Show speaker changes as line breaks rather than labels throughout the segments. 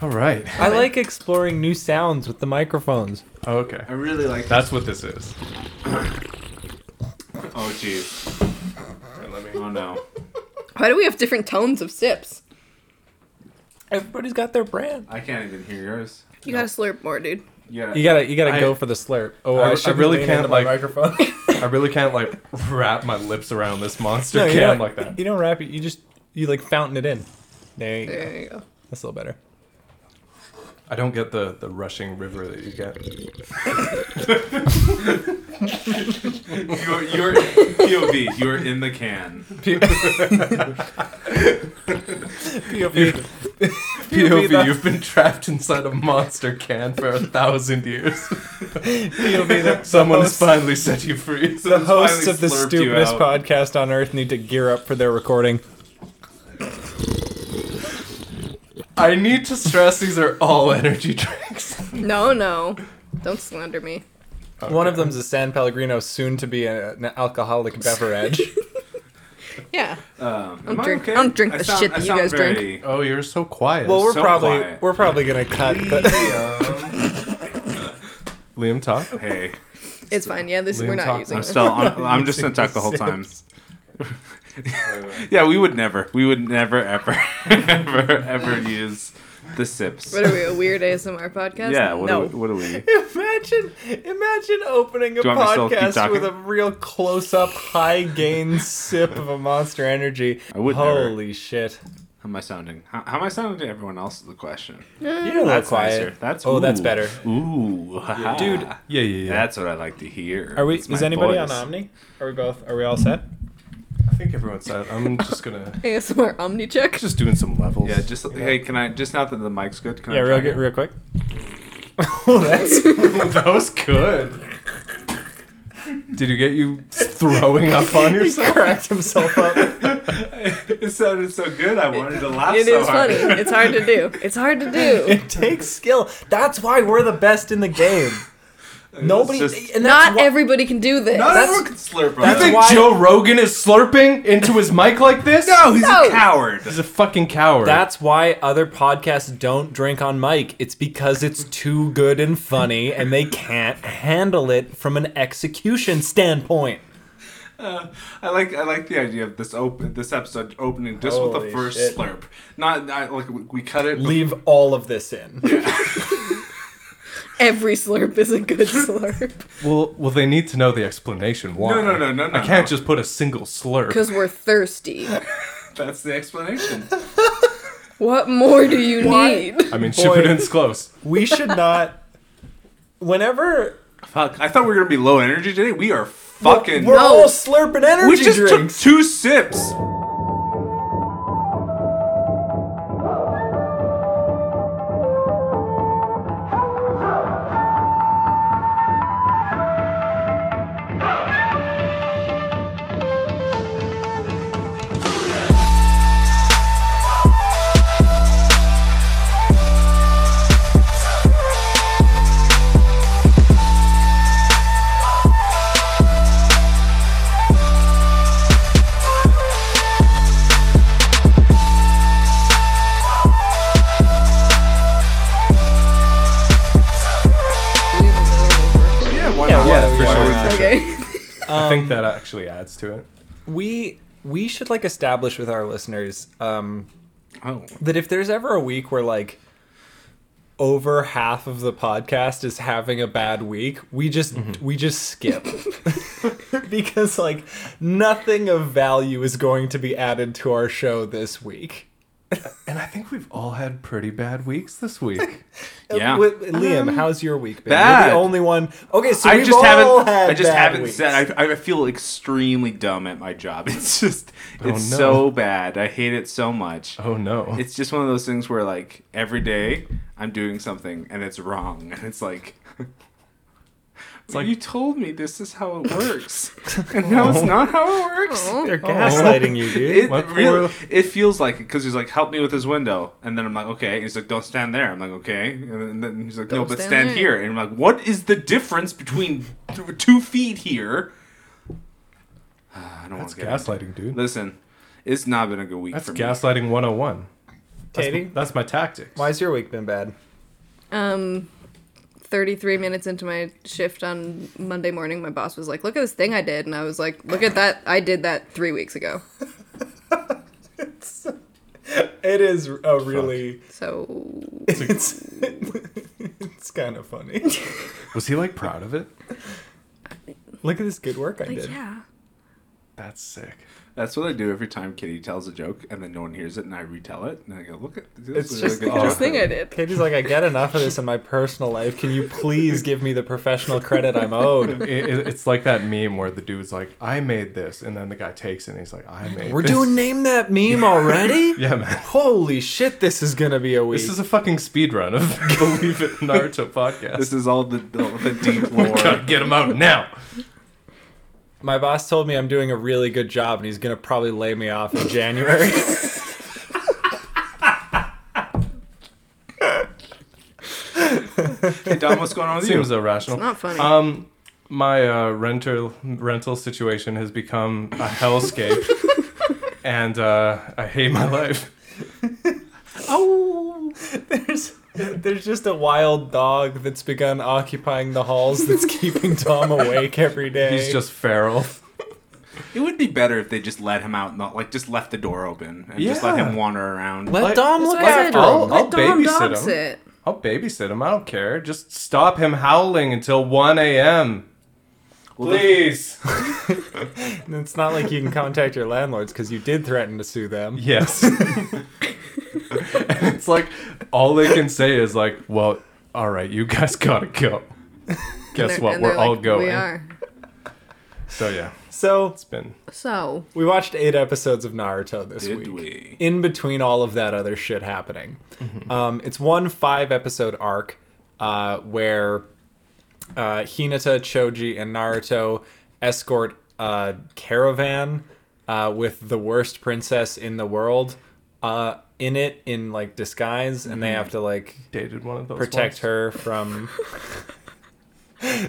All right.
I like exploring new sounds with the microphones.
Oh, Okay.
I really like that.
That's what this is.
Oh, jeez. Oh, no.
Why do we have different tones of sips?
Everybody's got their brand.
I can't even hear yours.
You gotta slurp more, dude.
Yeah.
You gotta, you gotta
I-
go for the slurp. Oh,
I-
I,
I
should
really
lean
can't,
into my
like-
microphone.
I really can't like wrap my lips around this monster
you
can
don't-
like that.
You don't wrap it. You just, you like fountain it in. There you go.
There you go.
That's a little better.
I don't get the the rushing river that you get.
You're, you're POV. You're in the can.
POV.
POV,
that's-
you've been trapped inside a monster can for a thousand years.
POV. The,
Someone
the
has
hosts,
finally set you free.
the
Someone's
hosts
finally
of the
slurped you
stupidest
out.
podcast on earth need to gear up for their recording.
I need to stress these are all energy drinks.
No, no. Don't slander me.
One of them's a San Pellegrino, soon to be a, an alcoholic beverage.
Yeah.
Um,
don't drink- I don't drink the shit that you guys drink.
Oh, you're so quiet.
well, we're
So
probably
quiet.
we're probably gonna cut. The,
Liam, talk.
Hey,
It's fine. Yeah, this
Liam
we're not
talk-
using
I'm
this.
still. I'm, I'm just gonna talk the whole time. yeah, we would never. We would never, ever, ever, ever use the sips.
what are we, a weird ASMR podcast?
Yeah. What,
no.
are, we- what are we?
imagine, imagine opening a
Do you want me to still keep
podcast
talking?
with a real close-up, high-gain sip of a Monster Energy.
I would never.
Holy shit!
How am I sounding? How, how am I sounding to everyone else? Is the question.
You're a little quiet.
nicer. That's
oh, that's
ooh.
better.
Ooh, haha.
Dude,
Yeah, yeah, yeah.
That's what I like to hear.
Are we?
It's
Is
my
anybody on
voice.
Omni? Are we both? Are we all set?
I think everyone's set. I'm just gonna
ASMR Omnicheck?
just doing some levels.
Yeah, just hey, can I just now that the mic's good? Can
Yeah,
I
real
try
good,
it?
real quick. oh, that's
that was good. Did you get you throwing up on
he
yourself?
cracked himself up.
it sounded so good. I wanted to laugh.
It
so
is
hard.
funny. It's hard to do. It's hard to do.
It takes skill. That's why we're the best in the game. Nobody,
just-
and that's
Not
why-
everybody can do this.
Not
That's-
everyone can slurp.
You think
why-
Joe Rogan is slurping into his mic like this?
no, he's
No.
a coward.
He's a fucking coward.
That's why other podcasts don't drink on mic. It's because it's too good and funny, and they can't handle it from an execution standpoint.
I like I like the idea of this open this episode opening just with
Holy
the first
shit.
slurp. Not I, like we, we cut it.
Leave all of this in.
Every slurp is a good slurp.
well, well, they need to know the explanation why.
No, no, no, no, no.
I can't just put a single slurp.
Because we're thirsty.
That's the explanation.
What more do you need?
I mean, Shippuden's close.
We should not. Whenever
Fuck! I thought we were gonna be low energy today. We are fucking.
we're
no.
all slurping energy
we just
drinks.
took two sips. Yeah, why not?
yeah,
for
Why
sure.
not?
Okay.
I
Um,
think that actually adds to it.
we we should like establish with our listeners um,
Oh,
that if there's ever a week where like over half of the podcast is having a bad week, we just
Mm-hmm.
we just skip. because like nothing of value is going to be added to our show this week.
And I think we've all had pretty bad weeks this week.
yeah.
Wi- Uh, Liam, how's your week been?
bad.
You're the only one. Okay, so
I
we've
just
all
haven't.
had
I just
bad
haven't
weeks.
said. I, I feel extremely dumb at my job. It's just. It's
no.
so bad. I hate it so much.
Oh no.
It's just one of those things where like every day I'm doing something and it's wrong, and it's like. It's like you told me this is how it works, and now it's not how it works.
They're gaslighting you, dude.
It
My
really,
poor-
it feels like it because he's like, "Help me with this window," and then I'm like, "Okay." He's like, "Don't stand there." I'm like, "Okay," and then he's like, "No,
Don't
but
stand
stand
there.
here." And I'm like, "What is the difference between th- two feet here?" I don't want
That's
to get gaslight.
gaslighting, dude.
Listen, it's not been a good week
That's
for me.
gaslighting 101. That's,
Katie?
that's my tactics.
Why's your week been bad?
Um, 33 minutes into my shift on Monday morning, my boss was like, Look at this thing I did. And I was like, Look at that. I did that three weeks ago.
It is a really
So,
it's it's kind of funny.
Was he like proud of it?
Look at this good work I
like,
did.
yeah.
That's sick.
That's what I do every time Kitty tells a joke and then no one hears it and I retell it and I go, look at this.
It's
is a
just
good
Look at this
joke."
thing I did.
Katie's like, I get enough of this in my personal life. Can you please give me the professional credit I'm owed?
It, it- it's like that meme where the dude's like, "I made this," and then the guy takes it and he's like, "I made."
We're
this."
doing name that meme already?
Yeah, man.
Holy shit, this is gonna be a week.
This is a fucking speed run of Believe It Naruto podcast.
This is all the, the, the deep
we gotta
lore.
get him out now.
My boss told me I'm doing a really good job and he's gonna probably lay me off in January.
hey, Dom, what's going on with
Seems
you?
irrational.
Not funny.
Um, my uh, rental rental situation has become a hellscape, and uh, I hate my life.
oh there's there's just a wild dog that's begun occupying the halls that's keeping Tom awake every day.
He's just feral.
It would be better if they just let him out, not like just left the door open and just let
Yeah.
him wander around.
let
Like-
Dom look
That's why I said,
after
I'll-
him.
I'll
let Dom
babysit
Dom
him.
sit.
I'll babysit him. I don't care. Just stop him howling until 1 a.m. Please.
It's not like you can contact your landlords because you did threaten to sue them.
yes. it's like all they can say is like, well, all right, you guys gotta go. Guess
And
what?
they're
We're all
like,
going.
We are.
So yeah,
So
it's been
So,
we watched eight episodes of Naruto this
Did
week.
we?
In between all of that other shit happening, um, it's one five episode arc uh, where uh, Hinata, Choji, and Naruto escort a caravan uh, with the worst princess in the world uh, in it in like disguise, and they have to like
dated one of those.
protect
ones.
her from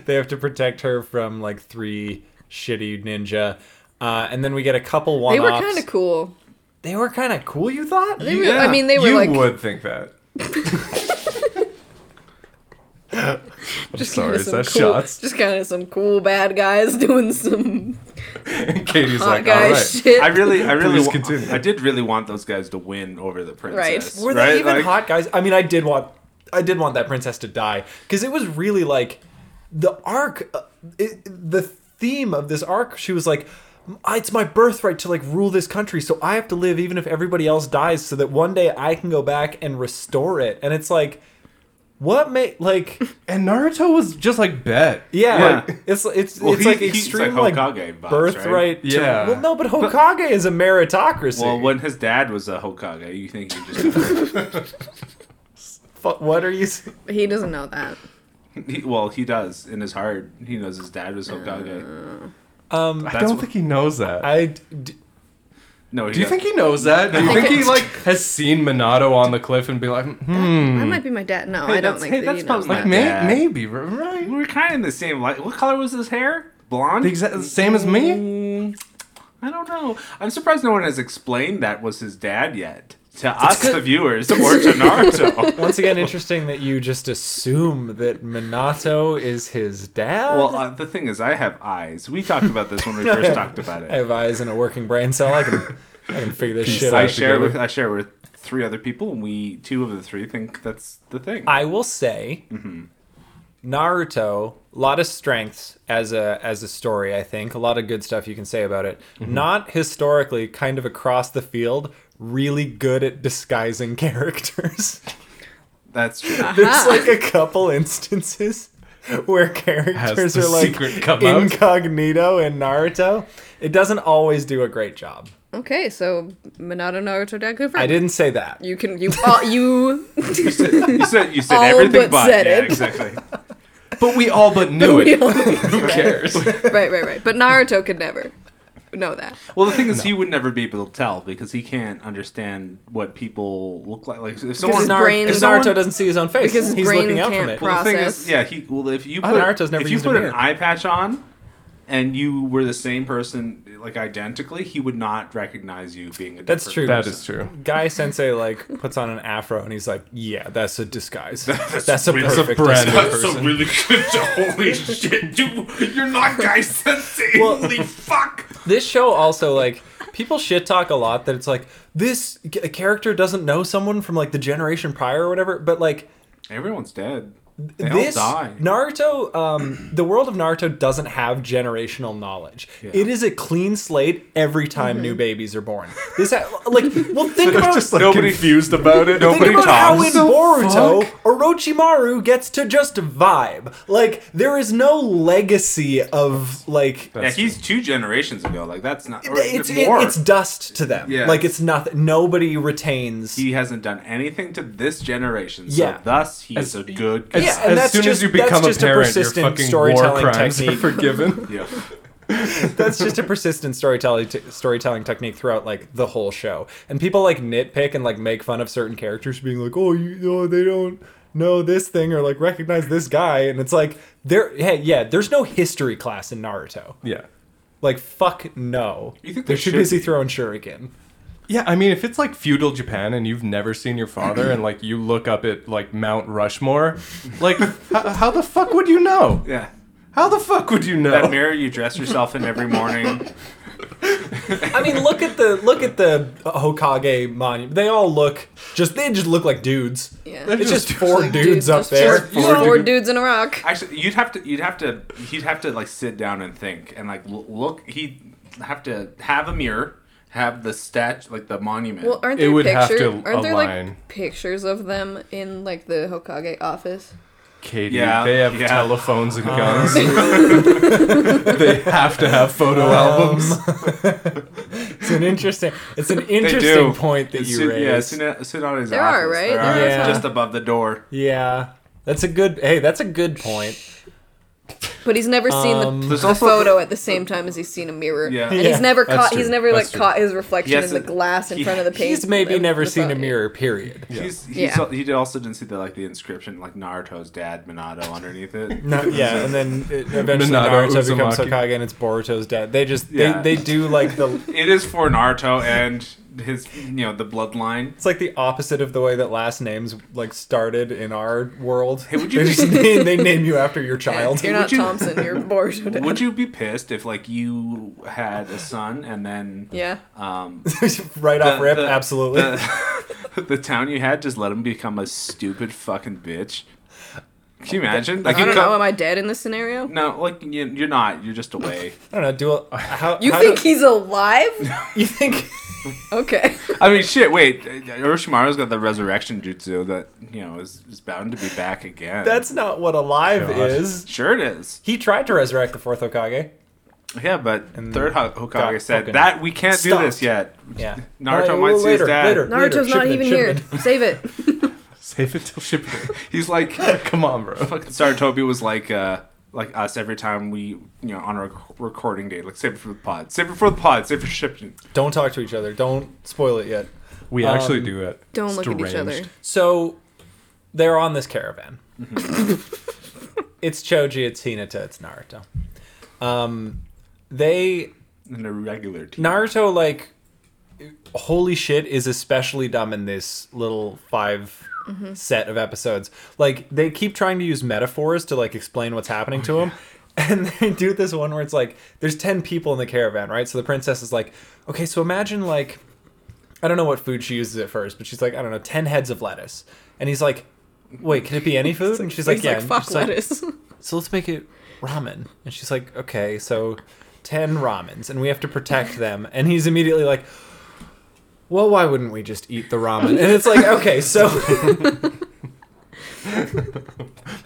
they have to protect her from like three shitty ninja uh, and then we get a couple one
they were kind of cool.
they were kind of cool you thought
They were, I mean, they were
you
like,
would think that.
just
sorry,
kinda
is
some
that
cool,
shots?
Just kind of some cool bad guys doing some
And Katie's
hot
like,
guy
all right.
shit.
I really, I really,
Please
wa-
continue.
I did really want those guys to win over the princess.
were they
right?
even
Like,
hot guys i mean i did want i did want that princess to die because it was really like the arc uh, it, the theme of this arc she was like "I- it's my birthright to like rule this country so i have to live even if everybody else dies so that one day i can go back and restore it and it's like what may like
And Naruto was just like, bet.
Yeah,
Yeah.
it's it's
Well,
it's
he-
like
he's
extreme
like
like,
Hokage vibes, right?
birthright. to-
Yeah.
well, no, but Hokage is a meritocracy.
Well, when his dad was a Hokage, you think he just?
Fu- what are you? s-
he doesn't know that.
he, well, he does in his heart. He knows his dad was Hokage.
Um,
Uh, I
That's
don't
what-
think he knows that.
I d-
No, he
Do you
doesn't.
think he knows that? Do you
I
think
think
he like has seen Minato on the cliff and be like, hmm,
That might be my dad. No,
Hey,
I don't
that's-
think
hey,
that
that's
he knows
probably-
like
that.
my
may-
dad.
maybe r- right?
we were kind of in the same light? What color was his hair? Blonde.
The exact same as me.
Mm, I don't know. I'm surprised no one has explained that was his dad yet to us, the viewers, or to Naruto.
once again, interesting that you just assume that Minato is his
Oh,
dad.
well, uh, the thing is, I have eyes. We talked about this when we first talked about
I
it.
have eyes and a working brain cell. I can I can figure this shit
I
out.
share
together.
with I share with three other people, and we two of the three think that's the thing.
I will say,
Mm-hmm.
Naruto, a lot of strengths as a as a story. I think a lot of good stuff you can say about it.
Mm-hmm.
Not historically, kind of across the field, really good at disguising characters.
that's true.
There's like a couple instances where characters
the
are like
secret come out?
incognito in Naruto. It doesn't always do a great job.
Okay, so Minato Naruto dad confirmed.
I didn't say that.
You can you uh, you
You said you said, you said
All
everything but,
but said
yeah,
it.
exactly.
But we all but knew
We
it.
all-
Who cares?
right right right. But Naruto could never know that.
Well, the thing is, he would never be able to tell because he can't understand what people look like. Like if someone
his brain-
if
someone-
Naruto doesn't see his own face,
because his
he's
brain
looking out
can't
from it.
pro-
Well, the thing
process.
is, yeah, he well if you
Oh,
put
Naruto's never
if you
used a
put an
mirror.
eye patch on, and you were the same person, like identically, he would not recognize you being a.
That's
different
true.
That
person.
is true.
Guy Sensei like puts on an afro and he's like, "Yeah, that's a disguise. That's, a
really-
That's a
perfect
brand
disguise."
new person.
really good. Holy shit, dude! You're not Guy Sensei.
Well-
Holy fuck!
This show also like people shit talk a lot that it's like this g- a character doesn't know someone from like the generation prior or whatever, but like
Everyone's dead. They
this
all die.
Naruto, um, the world of Naruto doesn't have generational knowledge. It is a clean slate every time new babies are born. This ha- like well think about
Just like nobody confused about it.
Think
Nobody
about how in
talks.
Boruto, Orochimaru gets to just vibe. Like there is no legacy of like
yeah, he's two generations ago. Like that's not. Or
it's
it's more.
it's dust to them.
Yeah.
Like it's nothing. Nobody retains.
he hasn't done anything to this generation. So
Yeah.
thus he is a good.
As,
guy.
Yeah, and
as
that's
soon as
just-
you
that's
become a
just a
parent, your
persistent
fucking war
storytelling
crimes
technique.
are forgiven.
yeah.
That's just a persistent storytelling t- storytelling technique throughout like the whole show. And people like nitpick and like make fun of certain characters being like, "Oh, you know, they don't know this thing or like recognize this guy." And it's like, there hey, yeah, there's no history class in Naruto.
Yeah.
Like fuck no.
You think
they're
there
too
should
busy
be.
throwing shuriken.
Yeah, I mean, if it's like feudal Japan and you've never seen your father, and like you look up at like Mount Rushmore, like h- how the fuck would you know?
Yeah.
How the fuck would you
That
know?
mirror you dress yourself in every morning.
I mean, look at the look at the Hokage monument. They all look just they just look like dudes.
Yeah.
They're
It's just,
just
four
Like,
dudes,
dude,
up
just
there.
Four,
Four
four
dudes.
dudes in a rock.
Actually, you'd have to, you'd have to, he'd have to like sit down and think and like l- look. He'd have to have a mirror, have the statue, like the monument.
Well, aren't
It
there
would have
pictures?
to
aren't there
align.
like pictures of them in like the Hokage office?
Katie,
Yeah,
they have
yeah.
telephones and guns. they have to have photo albums.
It's an interesting. It's an
They do.
interesting point that
It's
you
Tsun- Yeah,
raised.
Tsun- Tsunade's
There are,
office.
right?
There are.
There
It's
are
just
some.
above the door.
Yeah, that's a good. Hey, that's a good point.
But he's never seen the
There's also
photo at the same time as he's seen a mirror.
Yeah.
And
Um, Yeah.
he's never
That's
caught
true.
he's never
That's
like
true.
caught his reflection
Yes,
in the
it-
glass in
he-
front of the paint.
He's maybe
in the-
never
the
seen a
photo.
mirror. Period.
He's, he's,
Yeah.
He also didn't see the like the inscription like Naruto's dad Minato underneath it.
No, yeah, and then it, eventually
Minato
Naruto becomes
Uzumaki.
Hokage, and it's Boruto's dad. They just
Yeah.
they, they do like the.
It is for Naruto and his you know the bloodline.
It's like the opposite of the way that last names like started in our world. Hey,
would you
they, just name, they name you after your child.
You're not
Would you-
Thompson, you're
uh,
Boruto.
Would you be pissed if like you had a son and then
Yeah.
um
right off
the-
rip,
the-
absolutely.
the, the town you had just let him become a stupid fucking bitch? Can you imagine? Like
I
you
don't
come-
know, am I dead in this scenaio?
No, like you, you're not. You're just away.
I don't know. Do a, how
You
how
think
do-
he's alive?
you think
Okay.
I mean, shit. Wait, Orochimaru's got the resurrection jutsu that you know is, is bound to be back again.
that's not what alive
God.
is?
sure it is.
He tried to resurrect the fourth Hokage.
Yeah, but third Ho- Hokage
got
said
fucking
that we can't do this
stomped.
yet.
Yeah.
Naruto
Uh,
might see his
later,
dad.
Later, later.
Naruto's not
Shipment,
even here.
shipment.
Save it.
Save it till shipping.
He's like
Come on, bro.
fucking Sarutobi was like uh like us every time we you know on our rec- recording date like save it for the pod, save it for the pod, save it for shipping.
Don't talk to each other. Don't spoil it yet.
We actually
um,
do it.
Don't look at each other.
Deranged.
So they're on this caravan. it's Choji, it's Hinata, it's Naruto. Um, they
An irregular team.
Naruto like holy shit is especially dumb in this little 5
Mm-hmm.
set of episodes. Like they keep trying to use metaphors to like explain what's happening
Oh,
to him. And they do this one where it's like there's 10 people in the caravan, right? So the princess is like, "Okay, so imagine like I don't know what food she uses at first, but she's like, I don't know, 10 heads of lettuce." And he's like, "Wait, can it be any food?" And she's like,
He's
"Yeah."
like,
And
fuck
she's like,
lettuce.
so let's make it ramen. And she's like, okay, so 10 ramens, and we have to protect them. And he's immediately like, well, why wouldn't we just eat the ramen? And it's like, okay, so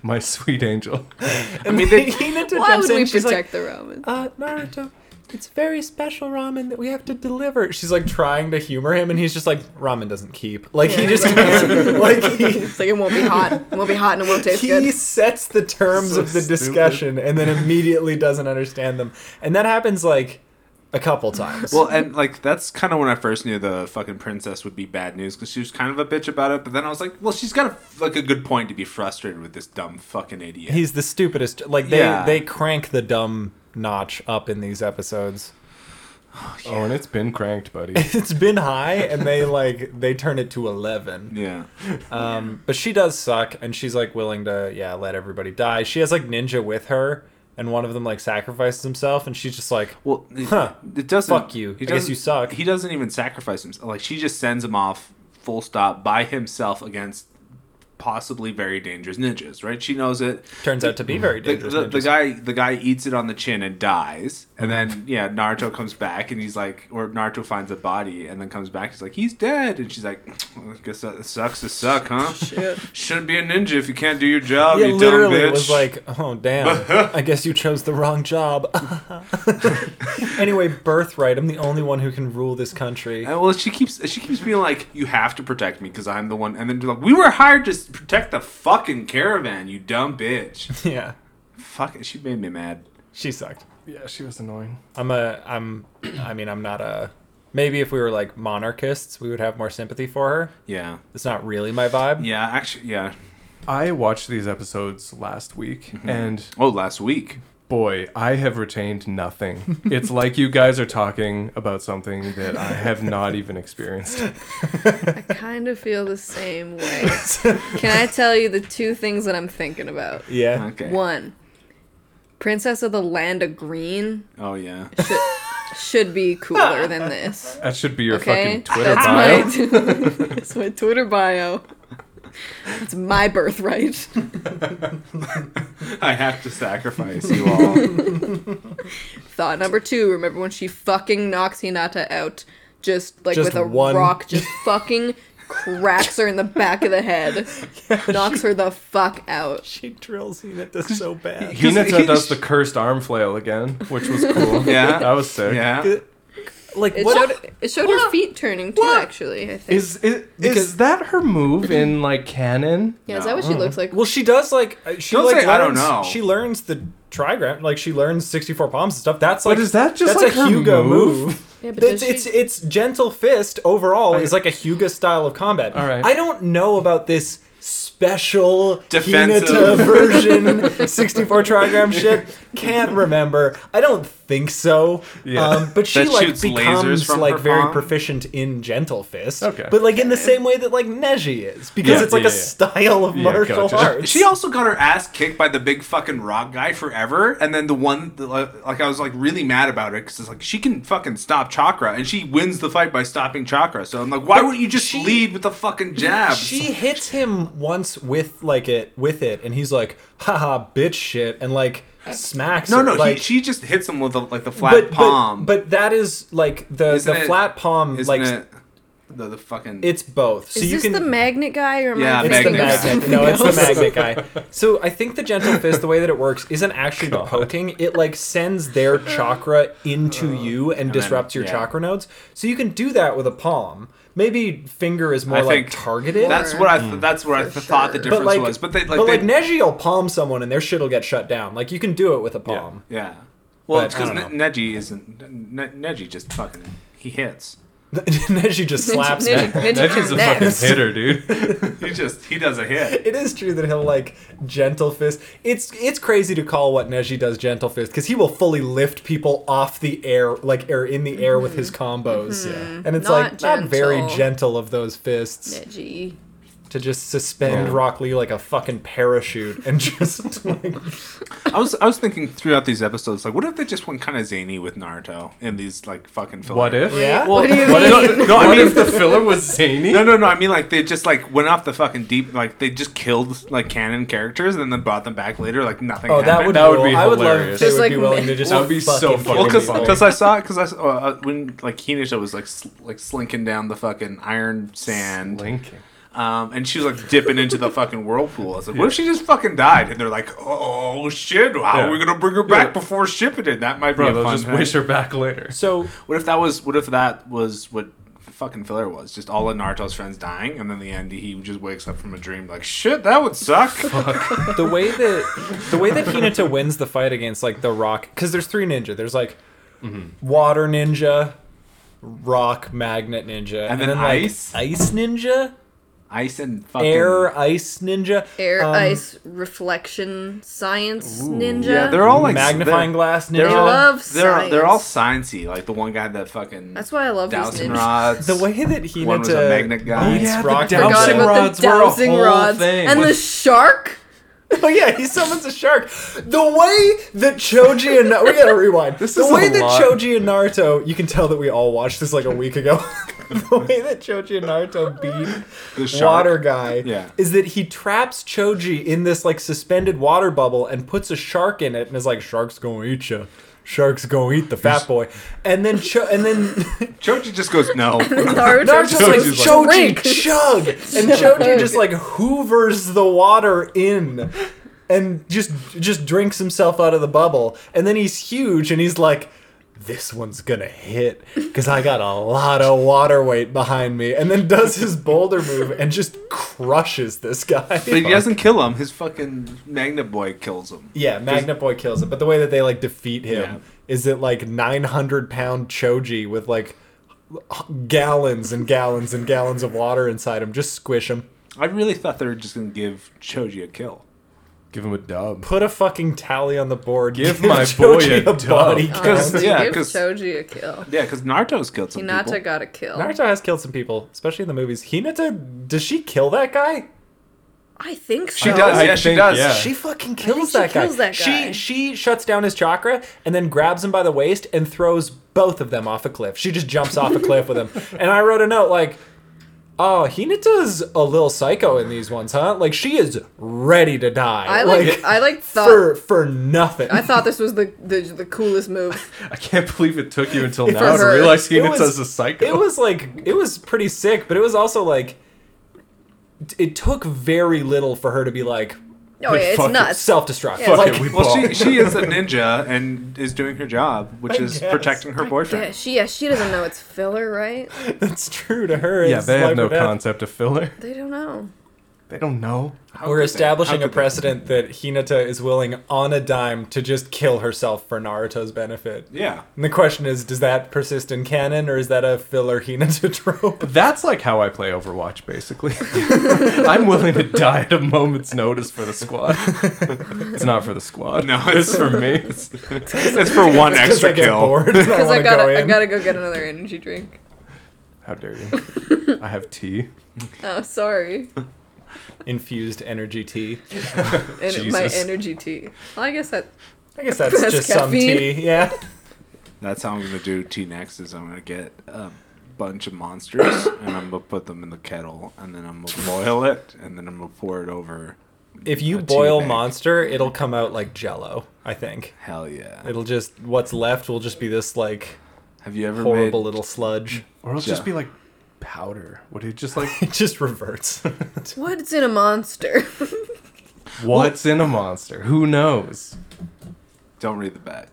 My sweet angel.
Oh, I mean, then Hinata
Why
jumps
would
in.
we
she's like,
protect the Romans?
uh, Naruto, it's very special ramen that we have to deliver. She's like trying to humor him, and he's just like, ramen doesn't keep. Like he just can't. like he
It's like it won't be hot. It won't be hot and it won't taste
he
good.
sets the terms
So
of the
stupid.
discussion and then immediately doesn't understand them and that happens like a couple times
Well, and like that's kind of when I first knew the fucking princess would be bad news because she was kind of a bitch about it. But then I was like, well, she's got a, like a good point to be frustrated with this dumb fucking idiot.
he's the stupidest like they
Yeah.
they crank the dumb notch up in these episodes.
Oh, and it's been cranked, buddy.
It's been high, and they like they turn it to eleven.
Yeah.
Um, but she does suck, and she's like willing to, yeah, let everybody die. She has like ninja with her, and one of them like sacrifices himself, and she's just like,
Well, it,
Huh.
it doesn't.
Fuck you. I
He
guess
doesn't-
you suck.
He doesn't even sacrifice himself. Like she just sends him off full stop by himself against possibly very dangerous ninjas. Right? She knows it.
turns out to be very
The,
dangerous.
the,
ninjas.
the guy the guy eats it on the chin and dies and then yeah Naruto comes back and he's like or Naruto finds a body and then comes back he's like he's dead and she's like "Well, I guess that sucks to suck huh
Shit.
shouldn't be a ninja if you can't do your job
yeah,
you
literally
dumb
it
bitch
was like, oh damn, I guess you chose the wrong job. anyway, birthright. I'm the only one who can rule this country.
And, well, she keeps she keeps being like, "You have to protect me because I'm the one." And then they're like, "We were hired to s- protect the fucking caravan, you dumb bitch."
Yeah,
Fuck, it, she made me mad.
she sucked.
yeah, she was annoying.
I'm a I'm I mean I'm not a maybe if we were like monarchists we would have more sympathy for her.
Yeah,
It's not really my vibe.
yeah, actually, yeah.
I watched these episodes last week,
Mm-hmm.
and
Oh, last week.
boy, I have retained nothing. it's like you guys are talking about something that I have not even experienced.
I kind of feel the same way. Can I tell you the two things that I'm thinking about?
Uh-huh.
Yeah.
Okay.
One, Princess of the Land of Green
Oh yeah.
should be cooler than this.
That should be your
Okay,
fucking Twitter
that's
bio.
my that's my Twitter bio. That's my birthright.
I have to sacrifice you all.
Thought number two. Remember when she fucking knocks Hinata out, just like
Just
with a
one-
rock, just fucking cracks her in the back of the head, knocks her the fuck out.
She drills Hinata so bad.
Hinata does the cursed arm flail again, which was cool.
Yeah.
that was sick.
yeah.
Like
It
what?
showed it showed her feet turning too. Actually, I think.
Is is,
Because-
is that her move in like canon?
yeah, is that what
Oh.
she looks like?
well, she does like uh, she
Don't
like
say
learns,
I don't know.
She learns the trigram like she learns 64 palms and stuff. That's like
But is that just like
that's a
her
Hyuga move?
move?
Yeah, but
It's,
does she-
it's it's gentle fist overall is like a Hyuga style of combat.
All right.
I don't know about this special
Defensive.
Hinata version 64 trigram shit. Can't remember. I don't think so.
Yeah.
Um, but she
That
like
shoots lasers
becomes
from
like
her
very
palm?
proficient in gentle fist.
Okay.
But like in the same way that like Neji is because
Yeah,
it's like
yeah,
a
yeah.
style of
Yeah,
martial
gotcha.
arts.
She also got her ass kicked by the big fucking rock guy forever, and then the one the, like like, I was like really mad about it because it's like she can fucking stop Chakra, and she wins the fight by stopping Chakra. So I'm like, why wouldn't you just
she-
lead with the fucking jab?
She hits him once with like it with it, and he's like, "Haha, bitch, shit," and like smacks.
no,
her,
no,
like,
he, she just hits him with the, like the flat
but,
palm.
But, but that is like the
Isn't
the
it-
flat palm.
isn't
Like
it the, the fucking
it's both. So
Is
you
this
can.
the magnet guy or am
Yeah,
I
it's the
thinking of
magnet guy.
magnet.
something
No, it's the
else?
magnet guy. So I think the gentle fist, the way that it works, isn't actually the poking. It like sends their chakra into you and, disrupts your
Uh, yeah.
chakra nodes. So you can do that with a palm. Maybe finger is more
I
like
think
targeted.
That's what I
Mm.
th- that's what I th- thought the
sure.
difference was. But they like,
but
they,
like Neji will palm someone and their shit will get shut down. Like you can do it with a palm.
yeah. Well,
But
it's because
I don't
Neji isn't Ne- Neji just fucking he hits.
Neji just slaps me.
Ninja- Ninja
Neji's a fucking
connects.
hitter, dude.
He just he does a hit.
It is true that he'll like gentle fist. It's it's crazy to call what Neji does gentle fist because he will fully lift people off the air, like air in the air with his combos, and it's
Mm-hmm. Not
like not very
gentle.
gentle of those fists
Neji.
to just suspend Rock Lee like a fucking parachute and just like
I was I was thinking throughout these episodes, like, what if they just went kind of zany with Naruto in these like fucking filler?
What if?
yeah.
What do you
What
mean?
if, no, I mean, if the filler was zany?
No, no, no. I mean, like they just like went off the fucking deep. Like they just killed like canon characters and then brought them back later. Like nothing.
Oh, that
happened.
would,
That would
rule.
be
I would love
hilarious.
if they
Just
would
like
be willing
ma-
to just
That would be so
fucking
fucking
Well,
kill
because
people.
I saw because I saw, uh, when like Hinata was like sl- like slinking down the fucking iron sand,
Linking.
um, and she was like dipping into the fucking whirlpool. I was like, what if she just fucking died? And they're like, oh shit, how are we
Yeah.
gonna bring her back
Yeah.
before shipping it? That might be
Bro,
a
they'll
fun
just
time.
wish her back later.
So
What if that was? What if that was what fucking filler was? Just all of Naruto's friends dying, and then the end, he just wakes up from a dream like, shit, that would suck.
the way that the way that Hinata wins the fight against like the rock because there's three ninja. There's like
Mm-hmm.
water ninja, rock magnet ninja,
And then
like,
ice?
ice ninja.
Ice and fucking
Air ice ninja.
Air,
Um,
ice, reflection, science,
Ooh.
ninja.
Yeah, they're all like
magnifying
they're-
glass
They
ninja.
love
They're they're all
science.
sciencey. Like the one guy that fucking
That's why I love these
dowsing
ninjas.
rods.
the way that he
One was a magnet guy.
eats
Yeah, the
rock
dowsing
Forgot
Dowsing
about
rods
the
were a
dowsing
whole
rods
thing.
and the
What-
shark.
Oh yeah, he summons a shark. The way that Choji and we gotta rewind.
This
the
is
way
a
that
lot.
Choji and Naruto, you can tell that we all watched this like a week ago. the way that Choji and Naruto beat
the shark.
water guy
Yeah.
is that he traps Choji in this like suspended water bubble and puts a shark in it and is like, "Shark's gonna eat you. Shark's gonna eat the fat boy." And then Cho- and then
Choji just goes no.
Naruto's
Naruto's
just
like,
like,
Choji's
Choji,
drink.
chug! And Choji just like hoovers the water in and just just drinks himself out of the bubble. And then he's huge and he's like, this one's gonna hit because I got a lot of water weight behind me. And then does his boulder move and just crushes this guy.
But he doesn't kill him. His fucking magnet boy kills him.
Yeah, Magnet Boy kills it. But the way that they like defeat him
Yeah.
is that like 900 pound Choji with like gallons and gallons and gallons of water inside him just squish him.
I really thought they were just gonna give Choji a kill.
Give him a dub.
Put a fucking tally on the board.
Give my boy a dub.
Oh,
count.
dude,
yeah,
give
'cause-
Choji a kill.
Yeah, because Naruto's killed some
Hinata
people.
got a kill.
Naruto has killed some people, especially in the movies. Hinata, does she kill that guy?
I think so.
She
Oh,
does.
I
yeah, she
think,
does.
yeah.
She fucking
think
kills,
she
that, guy.
kills that guy.
She she shuts down his chakra and then grabs him by the waist and throws both of them off a cliff. She just jumps off a cliff with him. And I wrote a note like, "Oh, Hinata's a little psycho in these ones, huh? Like she is ready to die.
I like, I like thought
for for nothing.
I thought this was the the, the coolest move.
I can't believe it took you until
For
now to
her.
realize
It
Hinata's
was-
a
it
psycho.
was like it was pretty sick, but it was also like t- it took very little for her to be like
Oh yeah, it's
Fuck it.
nuts.
self-destruct.
Yeah. Fuck
like,
it, we
Well, she
ball.
she is a ninja and is doing her job, which
I
is
guess.
protecting her
Yeah,
boyfriend.
she yeah she doesn't know it's filler, right?
that's true to her.
Yeah,
It's
they
life
have
or
no
death.
concept of filler.
They don't know.
They don't know.
How
We're
could they?
establishing
How
a
could they?
precedent that Hinata is willing on a dime to just kill herself for Naruto's benefit.
Yeah.
And the question is, does that persist in canon or is that a filler Hinata trope?
That's like how I play Overwatch, basically. I'm willing to die at a moment's notice for the squad. it's not for the squad.
No,
it's,
it's-
for me.
It's for one
Because
extra
I get
kill.
bored and I
Because
want
I
to go
gotta I
in.
gotta go get another energy drink.
How dare you? I have tea.
Oh sorry,
Infused energy tea.
and my
Jesus.
energy tea. Well, I guess that
I guess that's
That's
just
caffeine.
some tea. Yeah.
That's how I'm gonna do T next. Is I'm gonna get a bunch of monsters and I'm gonna put them in the kettle and then I'm gonna boil it and then I'm gonna pour it over.
If you
A tea
boil
bag.
monster, it'll come out like jello, I think.
Hell yeah!
It'll just what's left will just be this like
Have you ever
horrible
made
little sludge.
Or it'll
Yeah.
just be like powder. Would it just like
It just reverts.
what's in a monster?
what's in a monster? Who knows?
Don't read the back.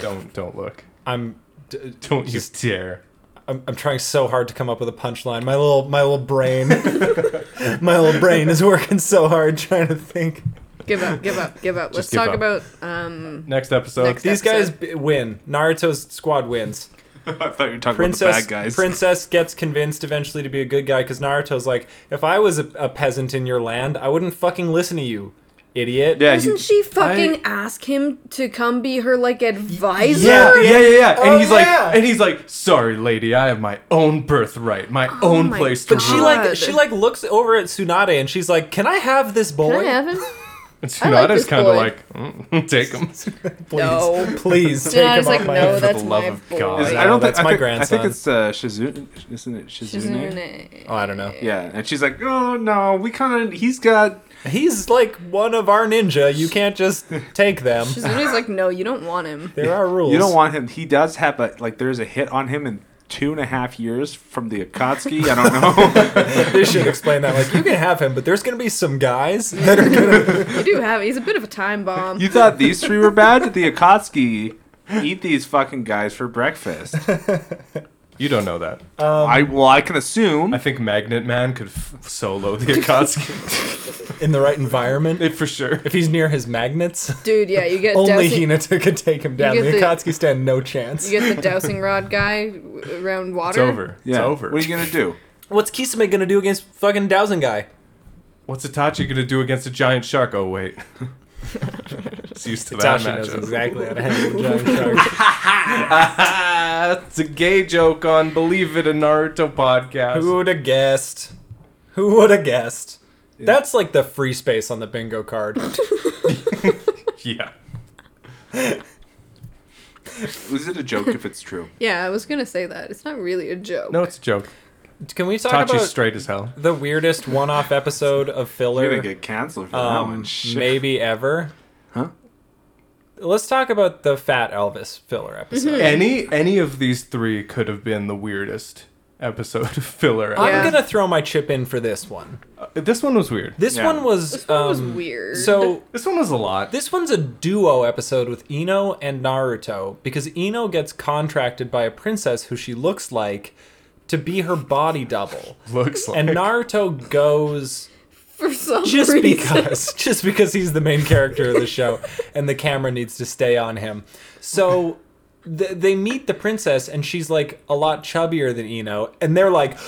Don't don't look.
I'm d-
Don't you dare.
I'm, I'm trying so hard to come up with a punchline. My little my little brain, my little brain is working so hard trying to think.
give up, give up, give up. Let's
give
talk
up.
about um.
Next episode.
Next-
These guys b- win. Naruto's squad wins.
I thought you were talking about the
Princess
bad guys.
Princess gets convinced eventually to be a good guy because Naruto's like, if I was a, a peasant in your land, I wouldn't fucking listen to you, idiot.
yeah, you,
Doesn't she fucking ask him to come be her like advisor?
Yeah, yeah, yeah, yeah.
Oh,
and he's like,
yeah.
and he's like, sorry, lady, I have my own birthright, my own
Oh my
place to
God.
But she
rule."
like
God.
she like looks over at Tsunade and she's like, "Can I have this boy?
Can I have him?
And
I like
Tsunade's
this
kind
boy.
of like, mm, take him.
please,
No.
please take
Tsunade's
him
like,
off my
no,
hands."
that's
love
my
of
boy.
God.
Is-
No,
I don't think
Oh, that's
I
my
think, I
grandson.
think it's uh, Shizune. Isn't it Shizune?
Shizune.
Oh, I don't know.
Yeah, and she's like, "Oh no, we kind of he's got
He's like one of our ninja. You can't just take them.
Shizune's like, no, you don't want him.
There are rules.
you don't want him. He does have a like. There's a hit on him in two and a half years from the Akatsuki. I don't know.
They should explain that. Like you can have him, but there's gonna be some guys that are gonna.
You do have. He's a bit of a time bomb.
you thought these three were bad? The Akatsuki eat these fucking guys for breakfast.
You don't know that.
I well, I can assume.
Um, I think Magnet Man could f- solo the Akatsuki.
in the right environment.
It for sure.
If he's near his magnets,
Dude, yeah, you get
only
dousing,
Hinata could take him down.
get
The
the-
Akatsuki stand no chance.
you get the dowsing rod guy w- around
It's
water.
over. It's
yeah,
over.
What are you gonna do?
What's Kisame gonna do against fucking Dowsing guy?
What's Itachi gonna do against a giant shark? Oh wait. it's used to that
Tasha knows
matchup.
exactly how to handle a giant shark.
it's a gay joke on Believe It a Naruto podcast.
Who would have guessed? Who would have guessed? That's like the free space on the bingo card.
Yeah.
Is it a joke if it's true?
Yeah, I was gonna say that. It's not really a joke.
No, it's a joke.
Can we talk
Itachi's
about
straight as hell.
the weirdest one-off episode of
We're
filler?
gonna get canceled for that
um,
one. Shit.
maybe ever.
Huh?
Let's talk about the Fat Elvis filler episode.
Mm-hmm.
Any any of these three could have been the weirdest episode of filler. ever.
I'm
Yeah.
gonna throw my chip in for this one.
This one was weird.
This
Yeah.
one was
This one was
um,
weird.
So
This one was a lot.
this one's a duo episode with Ino and Naruto because Ino gets contracted by a princess who she looks like to be her body double.
Looks like.
And Naruto goes
for some
just
reason.
because just because he's the main character of the show and the camera needs to stay on him so th- they meet the princess and she's like a lot chubbier than eno and they're like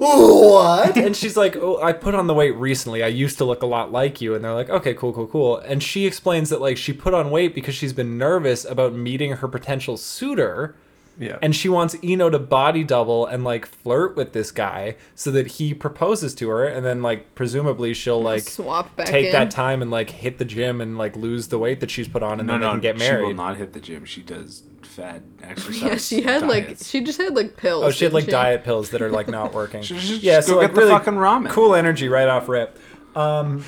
what and she's like oh i put on the weight recently i used to look a lot like you and they're like okay cool cool cool and she explains that like she put on weight because she's been nervous about meeting her potential suitor
yeah.
and she wants Eno to body double and like flirt with this guy so that he proposes to her, and then like presumably she'll like
swap back
take
in.
that time and like hit the gym and like lose the weight that she's put on, and
no,
then they
no,
can get
She will
married.
not hit the gym. She does fad exercise.
Yeah, she had like
diets.
she just had like pills.
Oh, she had
didn't
like diet pills that are like not working.
She should just
yeah,
go
so like
get the
really
fucking ramen.
cool energy right off rip. Um,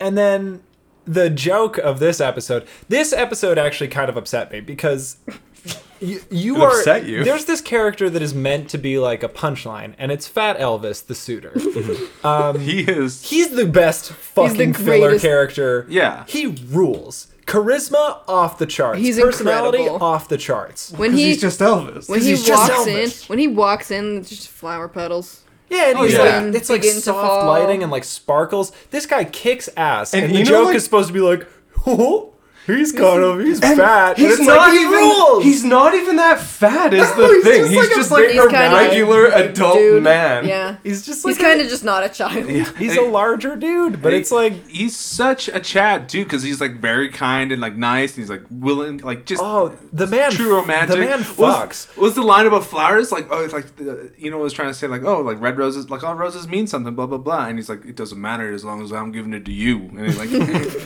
and then the joke of this episode. This episode actually kind of upset me because you, you
It
are
upset you?
there's this character that is meant to be like a punchline, and it's Fat Elvis the suitor.
He is.
He's the best fucking filler
greatest-
character.
Yeah.
he rules. Charisma off the charts.
He's
personality
incredible.
off the charts.
When
'Cause
he
he's just Elvis.
when he
he's just
walks in,
Elvis.
when he walks in, it's just flower petals.
Yeah, and
Oh,
he's
yeah.
like
Begin-
it's like
begin to
soft
fall.
lighting and like sparkles. This guy kicks ass, and,
And
the
you know,
joke
like-
is supposed to be like, oh, he's kind of he's fat. and
He's
it's
not
like, he
even.
rules.
He's not even that fat. Is the
No, he's
thing.
just
he's
like a
just like
big
a
guy.
regular adult
Dude.
man.
Yeah,
he's just like
he's kind of just not a child.
Yeah,
he's
and
a larger dude, but
Hey.
it's like
He's such a Chad too, because he's like very kind and like nice, and he's like willing, like just
oh, the man,
true romantic.
the man
What was-
fucks.
What was the line about flowers? Like, oh, it's like uh, you know, what I was trying to say like, oh, like red roses, like all roses mean something, blah blah blah. And he's like, it doesn't matter as long as I'm giving it to you. And he's like,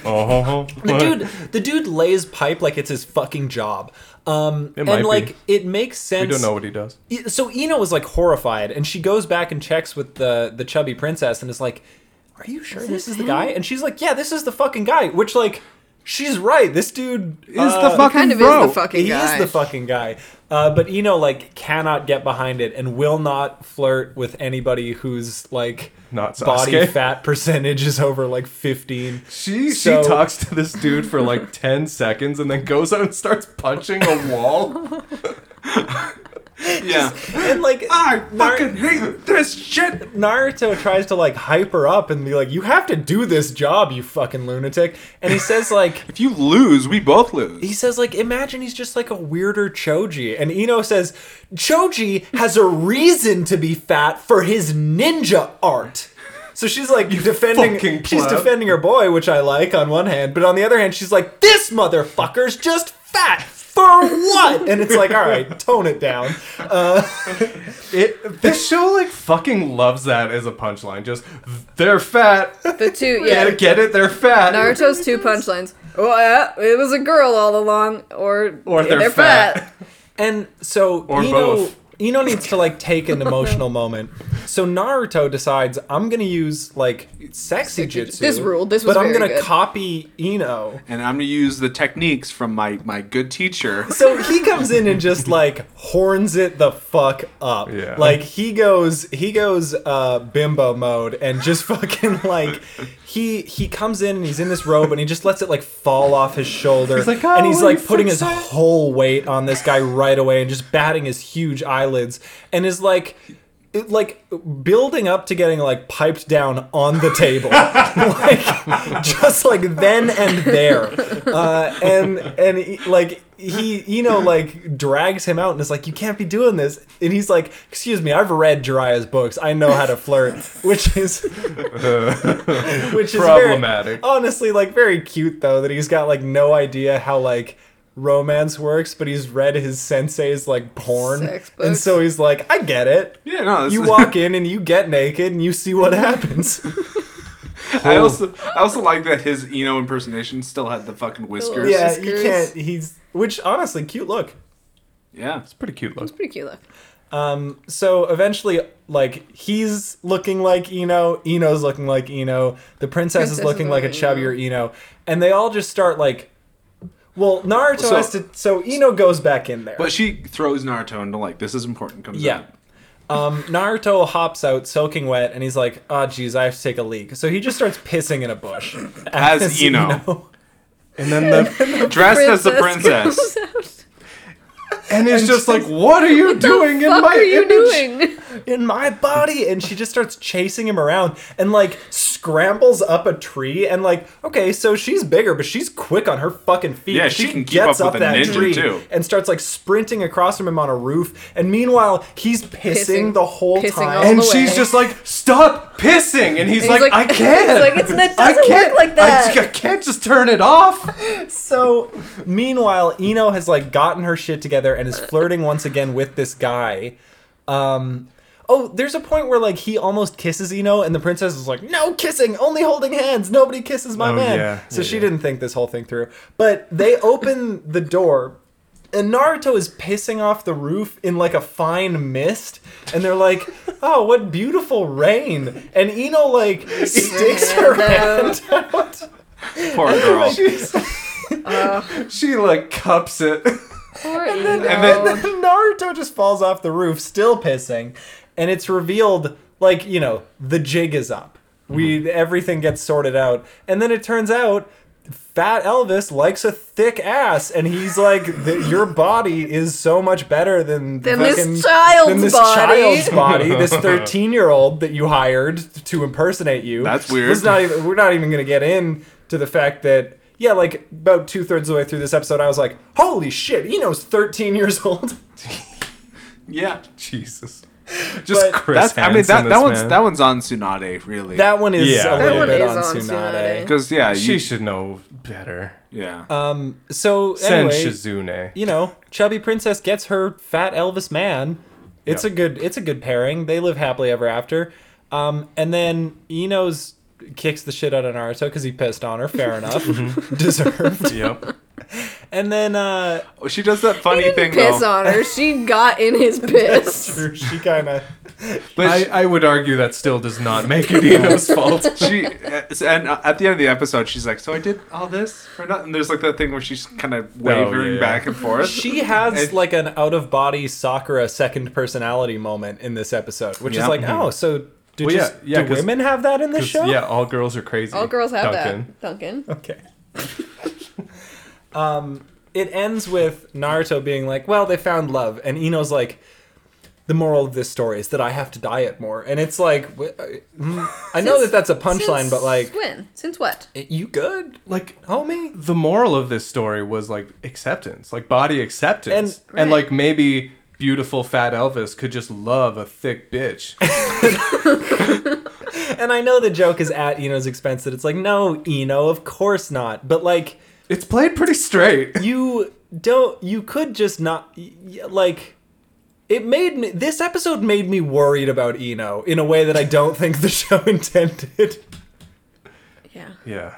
Oh,
The dude, the dude lays pipe like it's his fucking job. Um,
It might
and
be.
like it makes sense.
We don't know what he does.
I- so Ina was like horrified, and she goes back and checks with the the chubby princess, and is like, "Are you sure this, is the guy?" And she's like, "Yeah, this is the fucking guy." Which like, she's right. This dude
is the fucking
kind of
bro.
is the fucking
he
guy.
is the fucking guy. Uh, but Eno like cannot get behind it and will not flirt with anybody who's like
Not Sasuke.
body fat percentage is over like fifteen.
She
So-
she talks to this dude for like ten seconds and then goes out and starts punching a wall.
yeah,
And like
I
Nar-
fucking hate this shit.
Naruto tries to like hype her up and be like, "You have to do this job, you fucking lunatic." And he says like.
If you lose, we both lose.
He says, like, imagine he's just like a weirder Choji. And Ino says, Choji has a reason to be fat for his ninja art. So she's like defending
fucking
she's
pleb.
defending her boy, which I like on one hand, but on the other hand, she's like, This motherfucker's just fat for what? And it's like, alright, tone it down. Uh,
It this show like fucking loves that as a punchline. Just they're fat.
The
Get
two, yeah.
it, get it. They're fat.
Naruto's two punchlines. Oh yeah, it was a girl all along, or
Or they're fat.
And so
Or
Ino,
both.
Ino needs to like take an emotional moment. So Naruto decides I'm gonna use like sexy jutsu.
This rule, this was
but I'm
very
gonna
good.
copy Ino.
and I'm gonna use the techniques from my my good teacher.
So he comes in and just like horns it the fuck up.
Yeah.
Like he goes he goes uh bimbo mode and just fucking like he he comes in and he's in this robe and he just lets it like fall off his shoulder.
He's like,
and he's
"Oh,
like
it's
putting his
so sad."
whole weight on this guy right away and just batting his huge eyelids and is like it, like building up to getting like piped down on the table, like just like then and there, uh, and and he- like he you know like drags him out and is like you can't be doing this, and he's like excuse me I've read Jiraiya's books I know how to flirt, which is which is
Problematic.
Very, honestly, like very cute though that he's got like no idea how like romance works, but he's read his sensei's like porn,
Sex
and
books.
so he's like, I get it.
Yeah, no. This
You
is,
walk in and you get naked and you see what happens.
I also, I also like that his Eno impersonation still had the fucking whiskers.
yeah,
Scissors.
you can't. He's which honestly cute look.
yeah.
It's pretty cute look.
It's pretty cute look.
Um, so eventually, like he's looking like Eno, Eno's looking like Eno, the princess,
Princess
is
is
looking like a
looking like Eno.
chubbier Eno, and they all just start like. Well, Naruto
So-
has to. So Eno goes back in there.
But she throws Naruto into like this is important. Comes
Yeah.
out.
Um, Naruto hops out soaking wet and he's like, oh, geez, I have to take a leak. So he just starts pissing in a bush.
As Ino.
And then the
dressed as the
Princess
princess.
comes out.
and it's just like, what are you doing in
Fuck
my
are you
image?
doing?
In my body. And she just starts chasing him around and like scrambles up a tree and like, okay, so she's bigger, but she's quick on her fucking feet.
Yeah,
And
she can keep up with a ninja, too.
and starts like sprinting across from him on a roof. And meanwhile, he's pissing,
Pissing-
the whole
pissing
time.
all
And
the way.
she's just like, stop pissing. And he's,
he's
like,
like-
I can't.
he's like, "It's- that
I
doesn't
can't
work like
I-
that."
I can't just turn it off.
So, meanwhile, Eno has like gotten her shit together and is flirting once again with this guy. Um, oh, there's a point where like he almost kisses Eno, and the princess is like, "No kissing, only holding hands. Nobody kisses my
Oh,
man."
yeah,
So
yeah,
she
yeah.
didn't think this whole thing through. But they open the door. And Naruto is pissing off the roof in like a fine mist, and they're like, "Oh, what beautiful rain!" And Eno like sticks her hand out.
Poor girl.
She's- she like cups it.
Poor
and
Ino.
then-
Naruto just falls off the roof, still pissing, and it's revealed like you know the jig is up. We everything gets sorted out, and then it turns out Fat Elvis likes a thick ass, and he's like, "Th- "Your body is so much better than
Than this
fucking-
child's
than this
body."
child's body, this thirteen-year-old that you hired to impersonate you."
That's weird.
Let's not even, we're not even gonna get in to the fact that yeah, like about two thirds of the way through this episode, I was like, "Holy shit, Eno's thirteen years old."
Yeah.
Jesus. Just
But
Chris
That's, I mean that,
Hansen,
that
this
one's
man.
that one's on Tsunade really.
That one is
Yeah.
a
That
little
one
bit
is
on,
on
Tsunade.
Tsunade.
because yeah,
She Uh,
you,
should know better.
yeah.
Um, so
Send
anyway,
Shizune.
you know, chubby princess gets her fat Elvis man. It's
Yeah.
a good it's a good pairing. They live happily ever after. Um, and then Eno's kicks the shit out of Naruto because he pissed on her. Fair enough, deserved.
Yep.
And then uh,
Oh, she does that
He
funny
didn't
thing
piss
though.
on her. She got in his piss.
she kind of
But
I,
she-
I would argue that still does not make it Eno's fault.
she and uh, at the end of the episode, she's like, "So I did all this for nothing." And there's like that thing where she's kind of wavering
Oh, yeah.
back and forth.
she has
And-
like an out of body Sakura second personality moment in this episode, which
Yeah.
is like, oh, so. Do,
Well, yeah,
just,
yeah,
do
'cause-
women have that in this
'Cause,
show?
Yeah, all girls are crazy.
All girls have
Duncan.
that. Duncan.
Okay. um, it ends with Naruto being like, "Well, they found love," and Ino's like, "The moral of this story is that I have to diet more." And it's like, w- uh, mm, I know that that's a punchline,
Since
but like,
when? Since what?
you good,
Like
homie?
the moral of this story was like acceptance, like body acceptance, and,
And-
Right.
like maybe beautiful fat Elvis could just love a thick bitch.
And I know the joke is at Ino's expense that it's like, no, Ino, of course not. But like,
it's played pretty straight.
you don't. You could just not y- y- like. It made me. This episode made me worried about Ino in a way that I don't think the show intended.
Yeah.
Yeah.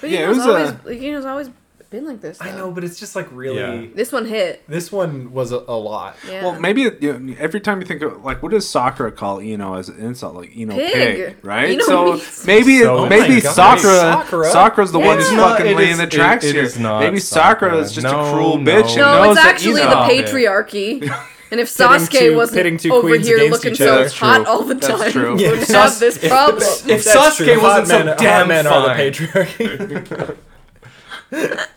But
Yeah, it
Eno's
was,
always,
uh,
like, Eno's always been like this.
I
though.
know, but it's just like really.
Yeah.
This one hit.
This one was a, a lot.
Yeah.
Well, maybe you know, every time you think of like, what does Sakura call Eno as an insult? Like Eno pig,
Pig.
right?
Eno
so
means-
maybe
So
maybe
insane.
Sakura,
Sakura?
Sakura's the one
It's
who's
not-
fucking
it
laying
is-
the
it-
tracks
it
here.
is not
maybe
Sakura.
Sakura is just
No,
a cruel
no.
bitch. and
No,
no,
knows
it's
that
actually
Eno-
the
Eno's big.
patriarchy. And if
Pitting
Sasuke
two- pitting
wasn't
two
over
queens
here
against
looking
each other.
so
That's
hot
true.
all the
That's
time,
true.
we
Yeah.
would
Sus-
have this problem.
If
that's
Sasuke wasn't so
hot men- hot
damn
men are the
fine.
patriarchy.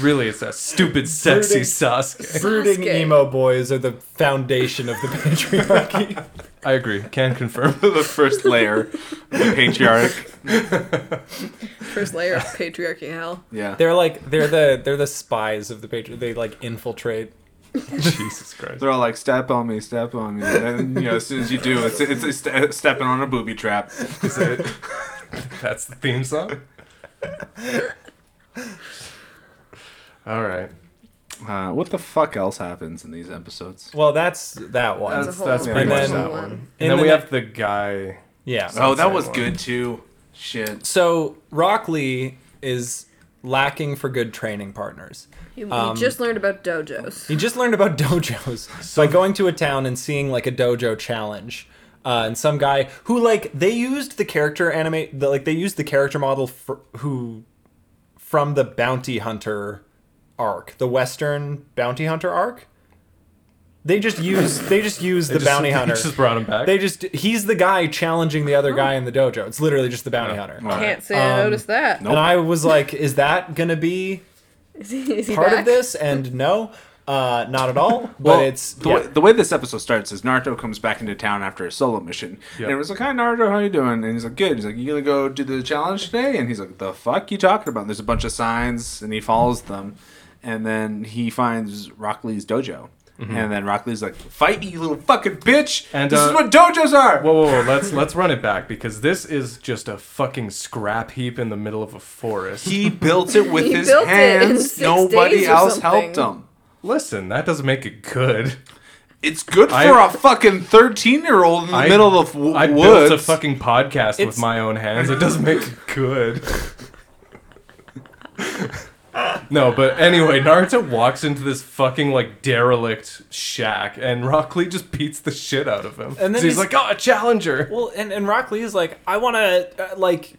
Really, it's that stupid, sexy Sasuke.
Brooding
Sasuke.
emo boys are the foundation of the patriarchy.
I agree. Can confirm.
the first layer of the patriarch.
First layer of patriarchy hell.
Yeah. They're,
they're like they're the they're the spies of the patriarchy. They like infiltrate.
Jesus Christ.
all like, step on me, step on me. And then, you know, as soon as you do, it's, it's, it's ste- stepping on a booby trap.
Is it? That's the theme song. All right.
Uh, what the fuck else happens in these episodes?
Well, that's that one.
That's,
a whole
that's pretty
other
much
one.
that
And
one.
then-
And
In
then
the
we
ne-
have the guy.
yeah.
Oh, that
Sunset
was
one.
good too. Shit.
So Rock Lee is lacking for good training partners.
You,
Um,
you just learned about dojos.
He just learned about dojos by going to a town and seeing like a dojo challenge. Uh, and some guy who like they used the character animate the, like they used the character model for, who from the bounty hunter arc, the western bounty hunter arc. They just use they just use the
Just-
bounty hunter.
Just brought him back.
They just he's the guy challenging the other guy in the dojo. It's literally just the bounty hunter.
All right.
Can't say I noticed that.
Oh. Nope.
And I was like, is that gonna be
Is he, is he
part
back?
of this? And no, uh, not at all. But
Well,
it's
the,
yeah.
way, the way this episode starts is Naruto comes back into town after a solo mission,
Yeah.
and everyone's like, "Hi, Naruto, how you doing?" And he's like, "Good." He's like, "You gonna go do the challenge today?" And he's like, "The fuck you talking about?" And there's a bunch of signs, and he follows them, and then he finds Rock Lee's dojo, and then Rock Lee's like, "Fight you little fucking bitch!"
Mm-hmm. And,
And this
uh,
is what dojos are.
Whoa, whoa, whoa! Let's let's run it back because this is just a fucking scrap heap in the middle of a forest.
he built it with
He
his
built it in
hands.
six
Nobody
days or
else
something.
helped him.
Listen, that doesn't make it good.
It's good for
I-
a fucking thirteen-year-old in the
I-
middle of w-
I
woods.
built a fucking podcast with
It's-
my own hands. It doesn't make it good. no, but anyway, Naruto walks into this fucking like derelict shack, and Rock Lee just beats the shit out of him.
And then
So he's,
he's-
like, "Oh, a challenger!"
Well, and, and Rock Lee is like, I want to uh, like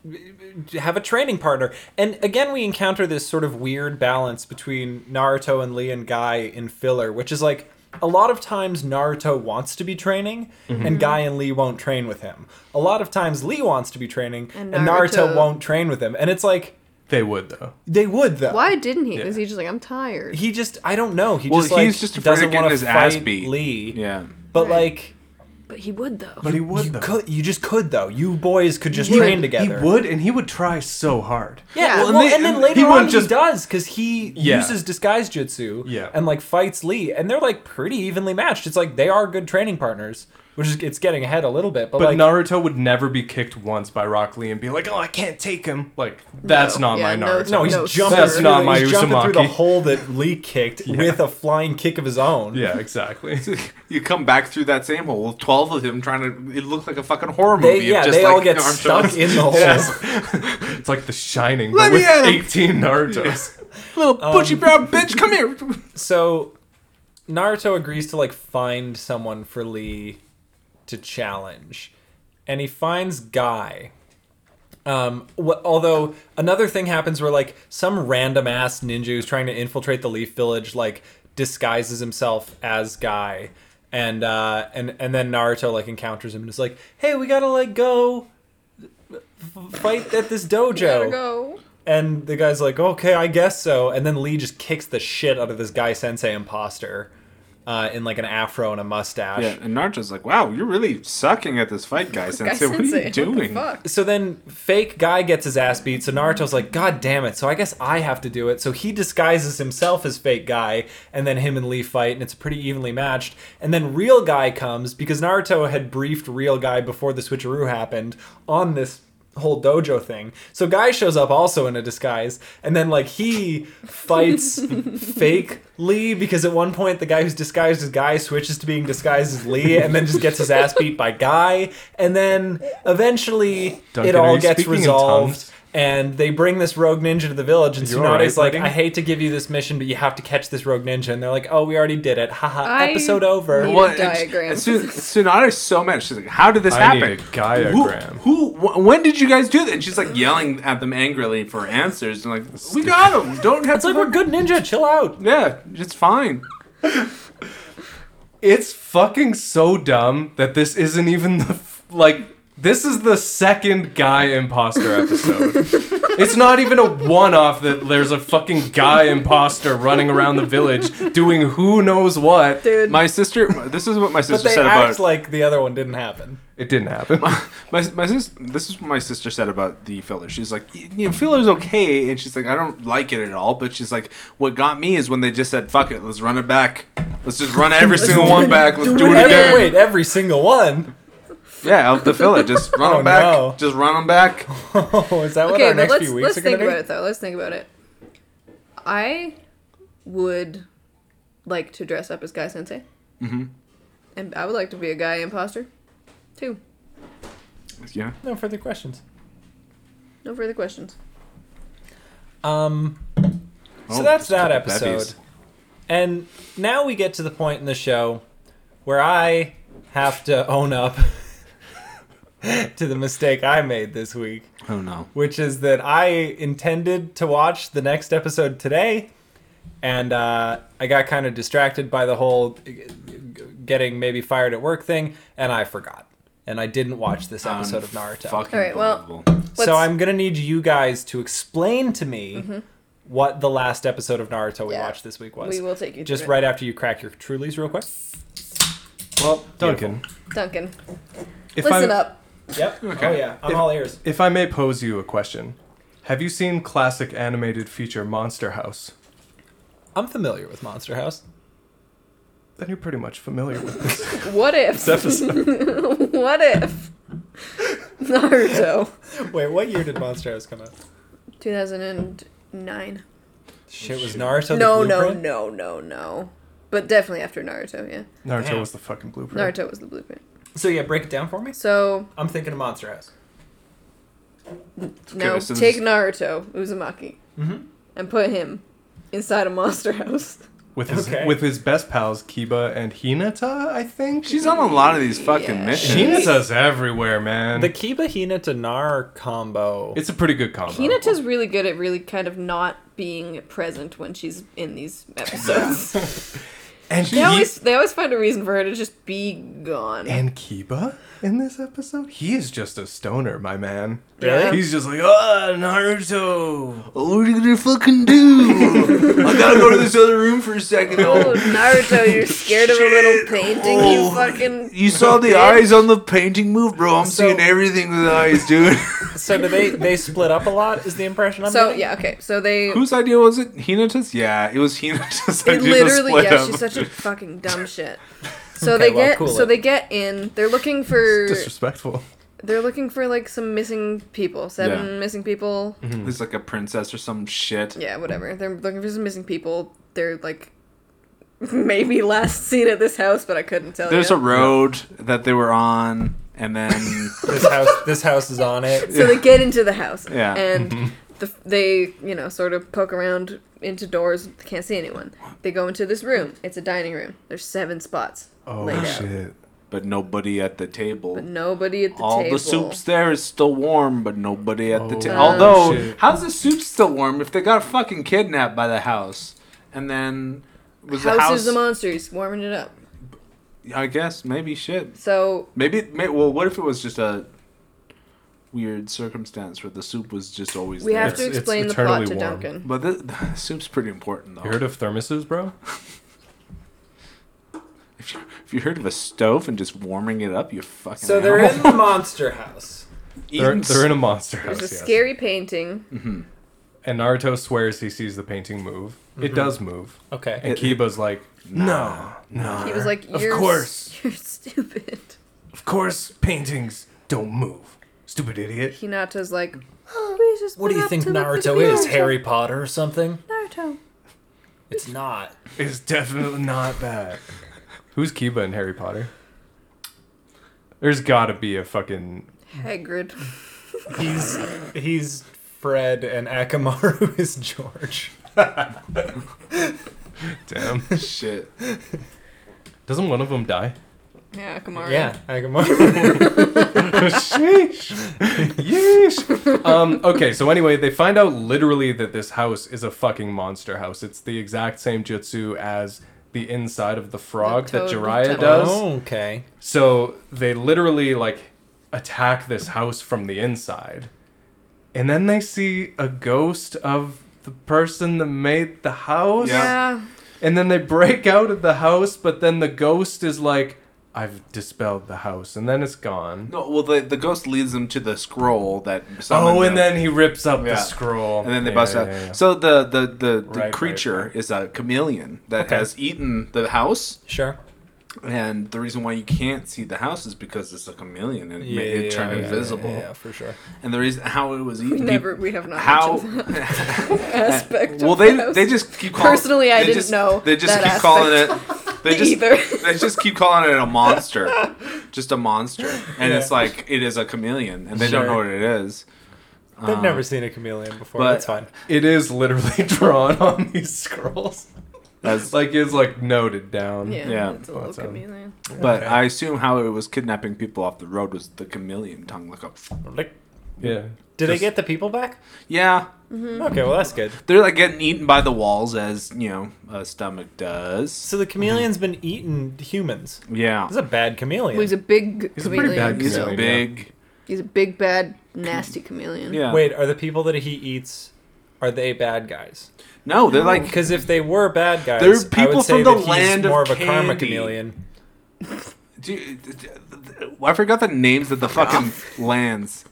have a training partner, and again we encounter this sort of weird balance between Naruto and Lee and Guy in filler, which is like a lot of times Naruto wants to be training,
Mm-hmm.
and Guy and Lee won't train with him. A lot of times Lee wants to be training, and
And
Naruto,
Naruto-
won't train with him, and it's like
They would though.
they would though.
Why didn't he? Because he's just like, I'm tired.
He just, I don't know. He
Well,
just like
he's just afraid
doesn't
of getting
want to
his
fight
ass beat.
Lee.
yeah.
But
Right.
like,
but he would though.
But he would
you
though.
could, you just could though. You boys could just
He
train
would-
together.
He would, and he would try so hard.
Yeah,
Yeah.
well,
Well,
and,
and
they-
then
and
later
he
on
won't
he
just-
does because he
Yeah.
uses disguise jutsu
Yeah.
and like fights Lee, and they're like pretty evenly matched. It's like they are good training partners, which is it's getting ahead a little bit, but,
But
like
Naruto would never be kicked once by Rock Lee and be like, "Oh, I can't take him." Like that's
No.
not
Yeah,
my
no,
Naruto.
no, he's
No,
jumping.
That's
through,
not my
he's jumping through the
Uzumaki.
hole that Lee kicked with a flying kick of his own.
Yeah, exactly.
You come back through that same hole with twelve of them trying to. It looked like a fucking horror
They,
movie. of
yeah,
just
they
like
all get
arm
stuck
shots.
in the hole.
It's like The Shining,
Let
but
me
with
at him.
18 Naruto's.
Little
Um,
bushy brown bitch, come here.
So Naruto agrees to like find someone for Lee to challenge, and he finds Guy. Um, wh- although another thing happens where like some random ass ninja who's trying to infiltrate the Leaf Village like disguises himself as Guy, and uh, and and then Naruto like encounters him and is like, "Hey, we gotta like go f- fight at this dojo."
Gotta go.
And the guy's like, okay, I guess so. And then Lee just kicks the shit out of this guy sensei imposter uh, in like an afro and a mustache.
Yeah, and Naruto's like, "Wow, you're really sucking at this fight, guy
Guy
sensei. What are
sensei,
you
what the
doing?"
fuck?
So then fake guy gets his ass beat. So Naruto's like, God damn it. So I guess I have to do it. So he disguises himself as fake guy. And then him and Lee fight. And it's pretty evenly matched. And then real guy comes because Naruto had briefed real guy before the switcheroo happened on this whole dojo thing. So guy shows up also in a disguise. And then like he fights fake Lee because at one point the guy who's disguised as guy switches to being disguised as Lee and then just gets his ass beat by guy. And then eventually it
Duncan, are
all
you
gets
speaking in
resolved
tongues?
and they bring this rogue ninja to the village and
You alright,
Tsunade's like,
buddy?
I hate to give you this mission, but you have to catch this rogue ninja and they're like, Oh, we already did it. Haha,
I-
episode over.
Well,
and-
diagram.
and Tsun- Tsunade's so mad. She's like, "How did this
I
happen?
need a diagram.
Who? who wh- when did you guys do that?" And she's like yelling at them angrily for answers. And like, "We got him. Don't have
It's
to
like we're good ninja, chill out.
Yeah, it's fine.
It's fucking so dumb that this isn't even the. F- like, this is the second guy imposter episode. It's not even a one-off that there's a fucking guy imposter running around the village doing who knows what.
Dude,
My sister, this is what my
But
sister
they
said about
act like the other one didn't happen.
It didn't happen.
my my sis, this is what my sister said about the filler. She's like, "Y- you know, filler's okay, and she's like, I don't like it at all. But she's like, what got me is when they just said, fuck it, let's run it back. Let's just run every single one back. Let's do it
Every-
again.
Wait, every single one.
Yeah, out the filler. Just run
Oh,
them back.
no.
Just run them back.
Oh, is that what our
okay, but
next
let's
few weeks
let's
are going
think
to
about
be?
it though. Let's think about it. I would like to dress up as Guy Sensei. Mm-hmm. And I would like to be a guy imposter, too.
Yeah.
No further questions.
No further questions.
Um, so
Oh,
that's
just
that
couple
episode.
peppies.
And now we get to the point in the show where I have to own up to the mistake I made this week,
Oh no.
which is that I intended to watch the next episode today, and uh, I got kind of distracted by the whole uh, getting maybe fired at work thing, and I forgot. And I didn't watch this episode of Naruto.
Fucking
All right, well-
believable.
Let's- Mm-hmm.
So I'm gonna need you guys to explain to me what the last episode of Naruto we
Yeah.
watched this week was.
We will take you
just
through it.
right after you crack your Trulies real quick.
Well, Duncan,
Duncan,
if
listen
I,
up.
Yep. Oh
Okay.
yeah, I'm
If-
all ears.
if I may pose you a question, have you seen classic animated feature Monster House?
I'm familiar with Monster House.
Then you're pretty much familiar with this
What if?
episode.
what if? Naruto,
Wait, what year did Monster House come out?
2009.
Shit, was Naruto
no,
the
no,
blueprint?
no, no, no. But definitely after Naruto, yeah.
Naruto
Damn.
was the fucking blueprint.
Naruto was the blueprint.
So yeah, break it down for me.
So
I'm thinking of Monster House.
No,
so
take
this-
Naruto Uzumaki
Mm-hmm.
and put him inside a monster house.
With his
Okay.
with his best pals Kiba and Hinata, I think.
She's on a lot of these fucking
Yeah.
missions.
Hinata's everywhere, man.
The Kiba Hinata Nar combo.
it's a pretty good combo.
Hinata's really good at really kind of not being present when she's in these episodes.
and
they
Ki-
always they always find a reason for her to just be gone.
and Kiba in this episode? He is just a stoner, my man.
Really? Yeah.
He's just like, ah, Naruto.
Oh, what are you gonna fucking do? I gotta go to this other room for a second.
oh,
though.
Naruto, you're scared of a little painting, you
Oh.
fucking
You saw the eyes on the painting move, bro. I'm
So-
seeing everything with eyes, dude.
so do they they split up a lot? Is the impression I'm
So
getting?
yeah, okay. So they
Whose idea was it? Hinata's? Yeah, it was Hinata's
They
idea
literally,
to split
yeah,
up.
she's such a fucking dumb shit. So
Okay,
they
well,
get,
cool
so
it.
they get in. They're looking for,
Disrespectful.
they're looking for like some missing people, seven
Yeah.
missing people.
There's like a princess or some shit.
Yeah, whatever. They're looking for some missing people. They're like maybe last seen at this house, but I couldn't tell
There's
you.
a road that they were on, and then
This house this house is on it.
so they get into the house,
Yeah.
and the, they you know sort of poke around into doors. They can't see anyone. They go into this room. It's a dining room. There's seven spots
Oh
laid out,
shit.
but nobody at the table.
but nobody at the
All
table.
the soup's there is still warm, but nobody at the
Oh,
table.
Um,
Although,
shit.
how's the soup still warm if they got fucking kidnapped by the house? And then was the
House,
house?
is the monster. He's warming it up.
I guess maybe shit.
So
Maybe may, well, what if it was just a weird circumstance where the soup was just always
we
there?
have to
It's- it's
explain the plot
eternally
to
warm.
Duncan.
But the, the soup's pretty important though.
You heard of thermoses, bro?
if, you, if you heard of a stove and just warming it up, you fucking.
So they're in
animal.
the monster house.
They're,
Eating
they're in a monster
There's
house.
a
yes.
scary painting.
And Naruto swears he sees the painting move. It does move.
Okay.
And Kiba's like, Mm-hmm. no, no.
He was like,
of
"You're,
course,
you're stupid."
of course, paintings don't move. Stupid idiot.
Hinata's like, "Oh, "We just
What do
went
you
up
think
to look for
Naruto
the
is?
Naruto."
Harry Potter or something?
Naruto.
It's not.
It's definitely not that. Who's Kiba in Harry Potter? There's gotta be a fucking.
Hagrid.
He's he's Fred and Akamaru is George.
Damn.
shit.
Doesn't one of them die?
Yeah, Kamara.
Yeah, Akamaru.
Sheesh. Yeesh. Um, okay, so anyway, they find out literally that this house is a fucking monster house. It's the exact same jutsu as the inside of the frog
The
that
toad
Jiraiya
jutsu.
does.
Oh. okay.
So they literally like attack this house from the inside. and then they see a ghost of the person that made the house.
Yeah.
Yeah.
And then they break out of the house, but then the ghost is like, I've dispelled the house, and then it's gone.
No, well, the, the ghost leads them to the scroll that. summoned
Oh, and
them.
then he rips up
Yeah.
the scroll.
and then they
Yeah,
bust
yeah,
out.
yeah, yeah.
So the the the, the
right,
creature
right.
is a chameleon that
Okay.
has eaten the house,
Sure.
and the reason why you can't see the house is because it's a chameleon and it ma- it turned
yeah,
invisible.
Yeah, yeah, for sure.
And the reason how it was eaten.
Never, we have not
How?
mentioned that aspect.
well,
of
they
the house.
they just keep calling.
Personally, I
they
didn't
just-
know
They just
that
keep
aspect.
calling it. They just
Either.
they just keep calling it a monster, just a monster, and it's like it is a chameleon, and they don't
Sure.
know what it is. Um,
They've never seen a chameleon before.
but-
That's fine.
It is literally drawn on these scrolls.
That's
Like it's like noted down.
yeah,
yeah,
it's a little
that's, um,
chameleon.
But
Okay.
I assume how it was kidnapping people off the road was the chameleon tongue look up.
Like,
Yeah.
did they
Just-
get the people back?
Yeah,
Hmm.
Okay, well that's good.
they're like getting eaten by the walls as you know a stomach does.
So the chameleon's been eating humans.
Yeah,
He's a bad chameleon.
Well, he's a big
He's a pretty
chameleon.
bad
he's a
chameleon,
big.
He's a big, bad, nasty
Mm.
chameleon.
Yeah.
Wait, are the people that he eats are they bad guys?
No, they're like
Because if they were bad guys,
They're
I
people
would say
from the
that
land
he's
of
more of, a karma
candy.
chameleon.
dude, I forgot the names of the fucking lands.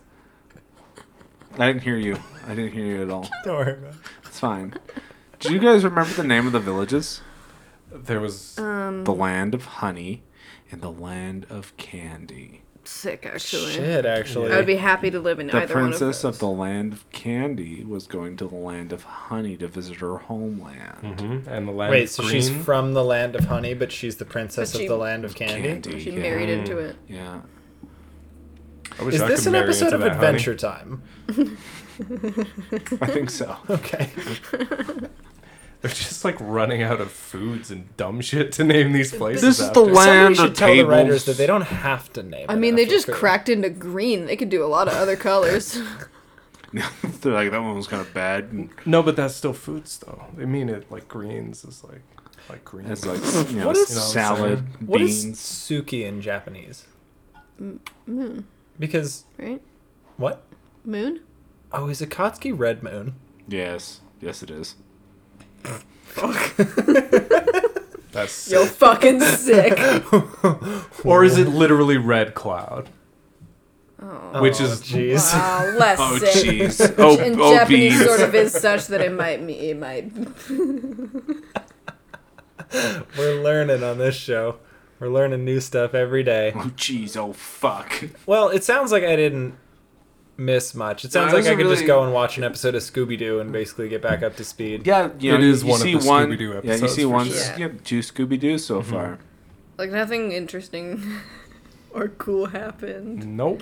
I didn't hear you. I didn't hear you at all.
Don't worry about it.
It's fine. Do you guys remember the name of the villages?
There was
Um,
The land of honey and the land of candy.
sick actually.
Shit, actually.
I would be happy to live in
The
either
princess
one
of,
of
the
those.
land of candy was going to the land of honey to visit her homeland.
Mm-hmm.
mhm, and the land.
Wait,
of
so
green.
she's from the land of honey, but she's the princess
But she-
of the land of candy.
Candy.
She
yeah.
married into it.
Yeah.
I wish
Is
I
this
could
an
marry
episode
into
of
that, honey.
Adventure Time?
I think so.
Okay.
They're just like running out of foods and dumb shit to name these places.
This is
after.
the land
Somebody
of
should tell the writers
tables.
that they don't have to name.
I
it
mean, they
after
just
food.
cracked into green. They could do a lot of other colors.
They're like that one was kind of bad. And
No, but that's still foods though. They mean it like greens is like like
it's
greens.
like you know,
What is-
salad,
What is
beans.
Suki in Japanese? Because
Hmm, right?
what?
Moon?
Oh, is Akatsuki Red Moon?
Yes, yes, it is.
That's
Yo,
sick.
fucking sick.
or is it literally red cloud? Which
Oh,
is
jeez.
Wow, less
Oh
sick.
jeez. Oh,
And
oh
Japanese
beans.
sort of is such that it might me it might
We're learning on this show. We're learning new stuff every day.
Oh jeez. Oh fuck.
Well, it sounds like I didn't miss much. It sounds
I
like I could
wasn't
just
really-
go and watch an episode of Scooby Doo and basically get back up to speed.
Yeah, you know,
It is
you
one of
see
the
one.
Scooby-Doo
yeah, you
episodes
see
for
one.
sure.
You have two Scooby Doo so far.
like nothing interesting or cool happened.
nope.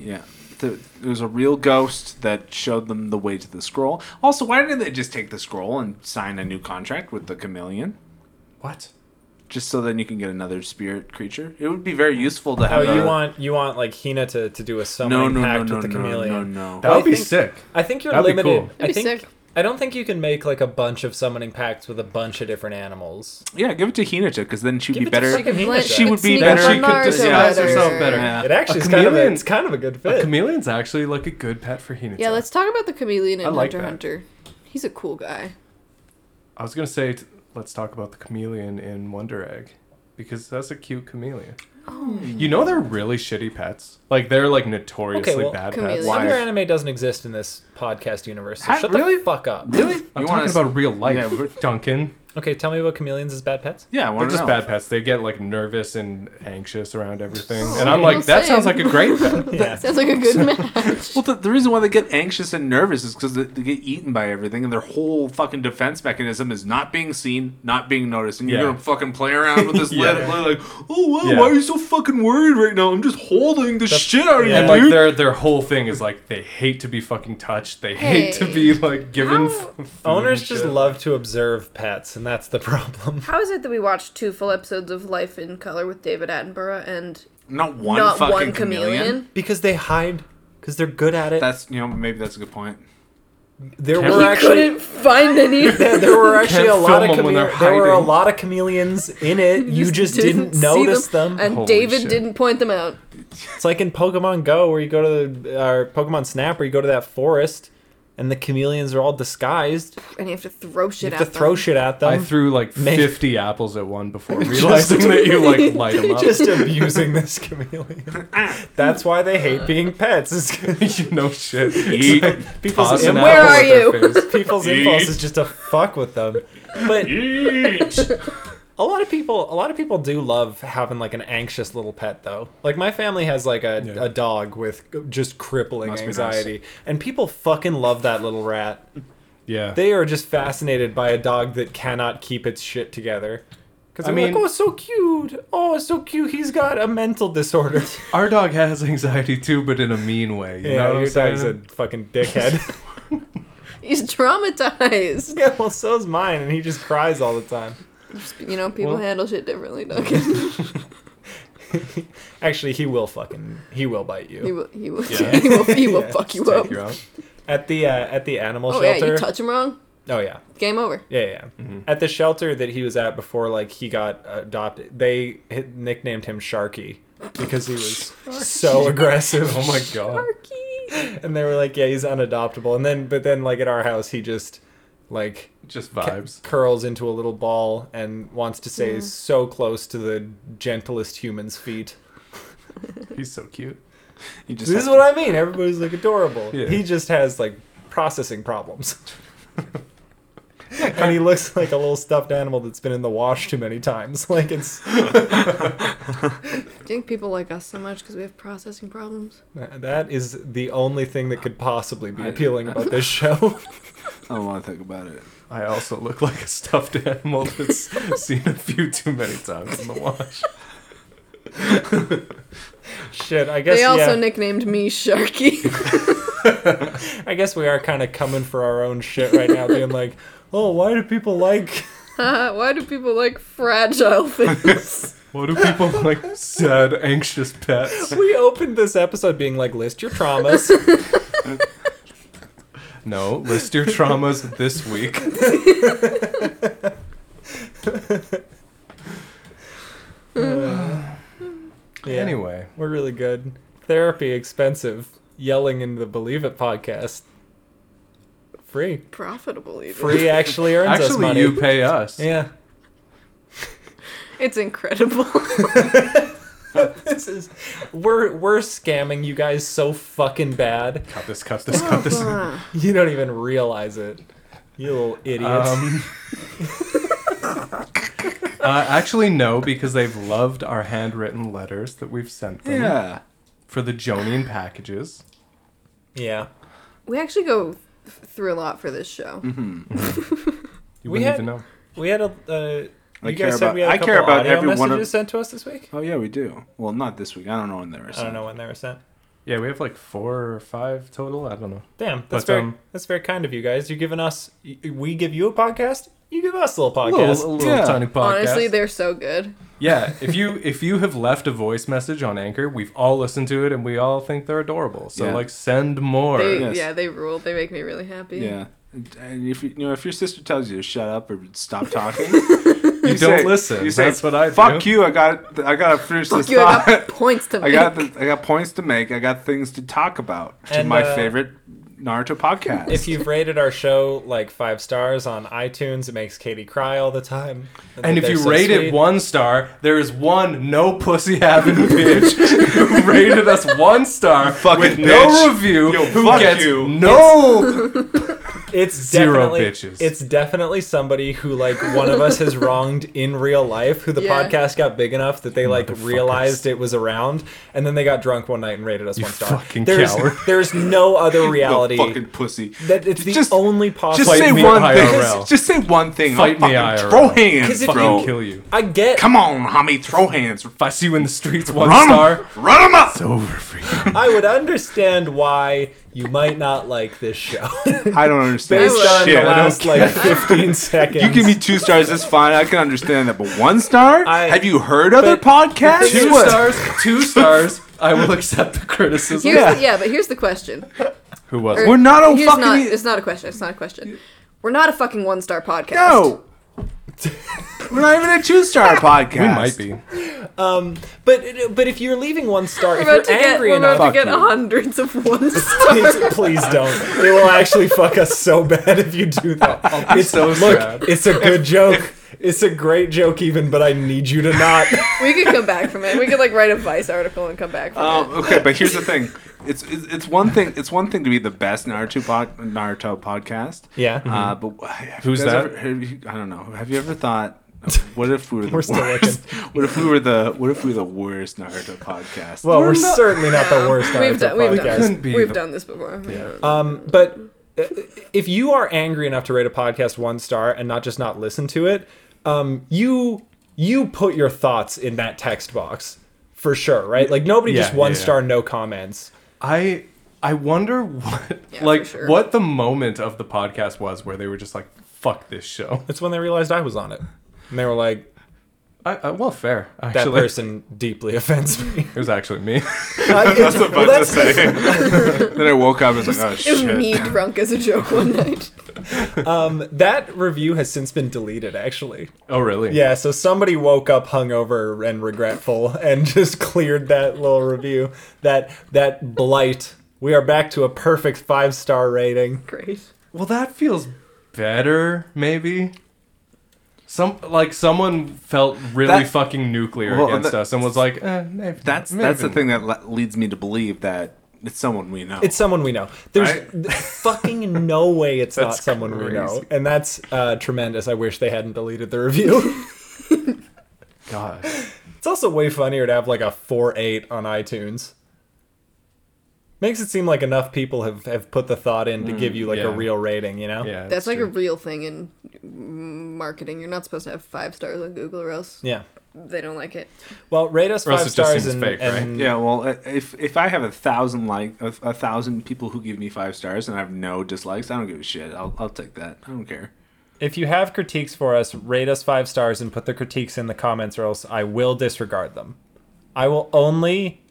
Yeah. The, there was a real ghost that showed them the way to the scroll. Also, why didn't they just take the scroll and sign a new contract with the chameleon?
What?
Just so then you can get another spirit creature? It would be very useful to
Oh,
have
you
a-
want you want like Hina to, to do a
Uh, no,
summoning
no, no,
pact
no,
with the
no,
chameleon.
no, no,
That would be
think-
sick.
I think you're
That'd be
limited.
cool.
I
That'd be
think
sick.
I don't think you can make like a bunch of summoning pacts with a bunch of different animals.
Yeah, give it to Hinata because then she'd
Give
be
it to
better.
She could blend-
she would be
sneak
better.
up on
She could
Naruto
disguise herself better.
Yeah.
It actually
A
is kind of a,
chameleon-
it's kind of a good
A
fit.
chameleon's actually like a good pet for Hinata.
Yeah, let's talk about the chameleon
I
in
like
Hunter x
that.
Hunter. He's a cool guy.
I was gonna say, t- let's talk about the chameleon in Wonder Egg, because that's a cute chameleon.
Oh.
You know they're really shitty pets. Like they're like notoriously
well,
bad
chameleon.
pets.
Why?
Summoner anime doesn't exist in this podcast universe. So
Huh?
shut
Really?
the fuck up.
Really?
I'm
you
talking
want
about real life,
Yeah, we're-
Duncan.
Okay, tell me about chameleons as bad pets.
Yeah, I
They're
want to
just
know.
bad pets. They get like nervous and anxious around everything. And
Same.
I'm like, that sounds
Same.
like a great pet.
Yeah.
Sounds like a good match.
Well, the, the reason why they get anxious and nervous is because they, they get eaten by everything, and their whole fucking defense mechanism is not being seen, not being noticed, and
Yeah.
you're gonna fucking play around with this
Yeah.
lead, like, oh, wow,
Yeah.
why are you so fucking worried right now? I'm just holding the shit out of
yeah.
And
you,
like
dude.
their their whole thing is like they hate to be fucking touched. They hate to
Hey.
be like given.
How-
f- food
Owners
and
just
shit.
love to observe pets, and that's the problem.
How is it that we watched two full episodes of Life in Color with David Attenborough and
not one
not
fucking
one
chameleon.
chameleon?
Because they hide, because they're good at it.
That's you know maybe that's a good point.
there
Can
were
we-
We
actually
couldn't find any.
Yeah, there were actually a
Can't
lot of
film 'em when they're
chamele- there were a
hiding.
lot of chameleons in it. You just didn't,
see
notice them.
and
Holy
David
shit.
didn't point them out.
It's like in Pokemon Go where you go to the or Pokemon Snap where you go to that forest and the chameleons are all disguised.
and you have to throw shit
you
at
have to throw
them.
shit at them.
I threw like
May-
50 apples at one before realizing that you like light them up.
just abusing this chameleon. That's why they hate being pets. It's-
you know shit.
Eat.
people's
Toss an
impulse,
Where
apple
are
at their
you?
face.
people's impulse is just to fuck with them. But a lot of people, a lot of people do love having like an anxious little pet though. Like my family has like a,
Yeah.
a dog with just crippling
Must be nice.
anxiety, and people fucking love that little rat.
Yeah.
They are just fascinated by a dog that cannot keep its shit together. Because
I
I mean,
mean-
like, oh, so cute. Oh, so cute. He's got a mental disorder.
Our dog has anxiety too, but in a mean way. You
yeah,
know what I'm
your dog's a
saying?
fucking dickhead.
He's traumatized.
yeah, well, so's mine, and he just cries all the time.
You know, people
Well-
handle shit differently, Duncan.
Actually, he will fucking he will bite you.
he will, he will,
Yeah.
he will, he will
Yeah,
fuck you
Take
up.
you out.
At the uh, at the animal
Oh
shelter.
yeah, you touch him wrong,
oh yeah.
game over.
Yeah, yeah. yeah. At the shelter that he was at before, like he got adopted, they hit, nicknamed him Sharky because he was so aggressive.
Oh my god.
Sharky.
And they were like, "Yeah, he's unadoptable." And then, but then, like at our house, he just like
Just vibes.
curls into a little ball and wants to stay so close to the gentlest human's feet.
He's so cute.
You just
This is what I mean. Everybody's like adorable.
Yeah.
He just has like processing problems. and he looks like a little stuffed animal that's been in the wash too many times. Like it's
Do you think people like us so much because we have processing problems?
that is the only thing that could possibly be appealing about this show.
I don't want to think about it.
I also look like a stuffed animal that's seen a few too many times in the wash.
Shit, I guess
they also
yeah,
nicknamed me Sharky.
I guess we are kind of coming for our own shit right now, being like, oh, why do people like?
Why do people like fragile things?
What do people like? Sad, anxious pets.
We opened this episode being like, list your traumas.
No, list your traumas this week.
Uh, Yeah.
Anyway,
We're really good. Therapy expensive. Yelling in the Believe It podcast. Free.
Profitable even.
Free actually earns us
actually,
money.
you pay us.
yeah.
It's incredible.
This is we're we're scamming you guys so fucking bad.
Cut this, cut this, cut this.
You don't even realize it. You little idiots.
Um, uh, actually, no, because they've loved our handwritten letters that we've sent them
Yeah.
for the Jonian packages.
yeah.
we actually go th- through a lot for this show.
Mm-hmm.
You
We
wouldn't
had-
even know.
We had a uh,
I
you
care
guys said
about-
we had a
I
couple
care about
audio
every one
messages
of-
sent to us this week.
Oh yeah, we do. Well, not this week. I don't know when there is.
I don't know when they were sent.
Yeah, we have like four or five total. I don't know.
Damn, that's
But,
very
um,
that's very kind of you guys. You're giving us y- we give you a podcast, you give us a little
A
podcast.
little, a little
Yeah.
tiny podcast.
Honestly, they're so good.
yeah. If you if you have left a voice message on Anchor, we've all listened to it and we all think they're adorable. So
Yeah.
like, send more.
They,
Yes.
Yeah, they rule. They make me really happy.
Yeah. And if you, you know, if your sister tells you to shut up or stop talking,
you don't listen.
You say,
That's what I
Fuck
do.
you! I got, I got to finish
Fuck
this
you,
thought.
I got points to
I
make.
got, the, I got points to make. I got things to talk about. To
And,
my
uh,
favorite Naruto podcast.
If you've rated our show like five stars on iTunes, it makes Katie cry all the time.
And if
They're
you
so
rate
sweet.
it one star, there is one no pussy having bitch who rated us one star
fucking
with
bitch.
no review
Yo,
who
fuck
gets
you.
no.
it's
zero
definitely-
bitches.
It's definitely somebody who like one of us has wronged in real life. Who the
Yeah.
podcast got big enough that they like
Motherfuckers.
realized it was around, and then they got drunk one night and rated us one star.
fucking
there's
coward.
there's no other reality.
the fucking pussy.
that it's the
Just-
only possible.
Just
Fight
say
me
one
IRL.
thing. Just say one thing.
Fight me
I'll
IRL.
fucking Throw
'Cause
hands,
if
bro.
Fucking kill you.
I get
Come on, homie. Throw hands.
If I see you in the streets one
Run 'em.
star,
Run 'em up.
it's over for you.
I would understand why you might not like this show.
I don't understand
Based on
shit.
the
I don't
last like 15 seconds.
You give me two stars, that's fine. I can understand that. But one star?
I-
Have you heard other podcasts?
Two
What?
stars, two stars. I will accept the criticism.
Here's
Yeah.
The, yeah, but here's the question.
Who was
Or
it?
We're not a
here's
fucking-
Not, it's not a question. It's not a question. We're not a fucking one star podcast.
No. We're not even a two star podcast.
We might be.
Um, But but if you're leaving one star, if
We're about to
you're
get,
angry
we're about
enough,
to
Fuck
get
you.
hundreds of one
please,
star.
please don't. It will actually fuck us so bad if you do that. It's
so
look,
sad.
it's a good joke. It's a great joke, even, but I need you to not.
we could come back from it. We could like write a Vice article and come back from
Um, okay, but here's the thing. It's, it's it's one thing. It's one thing to be the best Naruto pod, Naruto podcast.
Yeah.
Uh, but wh- have
Who's
you guys
that?
ever- have you- I don't know. Have you ever thought? What if we were the
We're
worst?
still
What if we were the What if we were the worst Naruto podcast?
Well, we're,
not-
certainly not the worst
it.
Naruto
We've done, we've
podcast.
done,
Couldn't be
this. we've
the-
done this before. Yeah.
Um, but uh, if you are angry enough to rate a podcast one star and not just not listen to it, um, you you put your thoughts in that text box for sure, right? Like nobody
Yeah,
just one
yeah, yeah.
star, no comments.
I I wonder what
Yeah,
like
for sure.
what the moment of the podcast was where they were just like fuck this show.
That's when they realized I was on it, and they were like,
I, I, well, fair
"That
actually.
person deeply offends me."
It was actually me.
that's what I was about to say. then I woke up and was like, oh
It was me
shit.
drunk as a joke one night.
Um, that review has since been deleted, actually.
oh really?
Yeah, so somebody woke up hungover and regretful and just cleared that little review, that that blight. We are back to a perfect five star rating.
Great.
Well, that feels better, maybe. Some like someone felt really
That-
fucking nuclear
Well,
against
that-
us and was like, eh, maybe,
That's
maybe
that's the
not.
thing that le- leads me to believe that it's someone we know.
It's someone we know. There's
Right?
th- fucking no way it's not
That's
someone we know,
crazy.
and that's uh, tremendous. I wish they hadn't deleted the review.
God.
it's also way funnier to have like a four eight on iTunes. Makes it seem like enough people have, have put the thought in to give you like
Mm, yeah.
a real rating, you know?
Yeah,
That's like a
true.
real thing in marketing. You're not supposed to have five stars on Google or else
Yeah.
they don't like it.
Well, rate us
Or else
five
it just
stars
seems
and,
fake, right?
and-
yeah, well, i- if if I have a thousand like a, a thousand people who give me five stars and I have no dislikes, I don't give a shit. I'll I'll take that. I don't care.
if you have critiques for us, rate us five stars and put the critiques in the comments, or else I will disregard them. I will only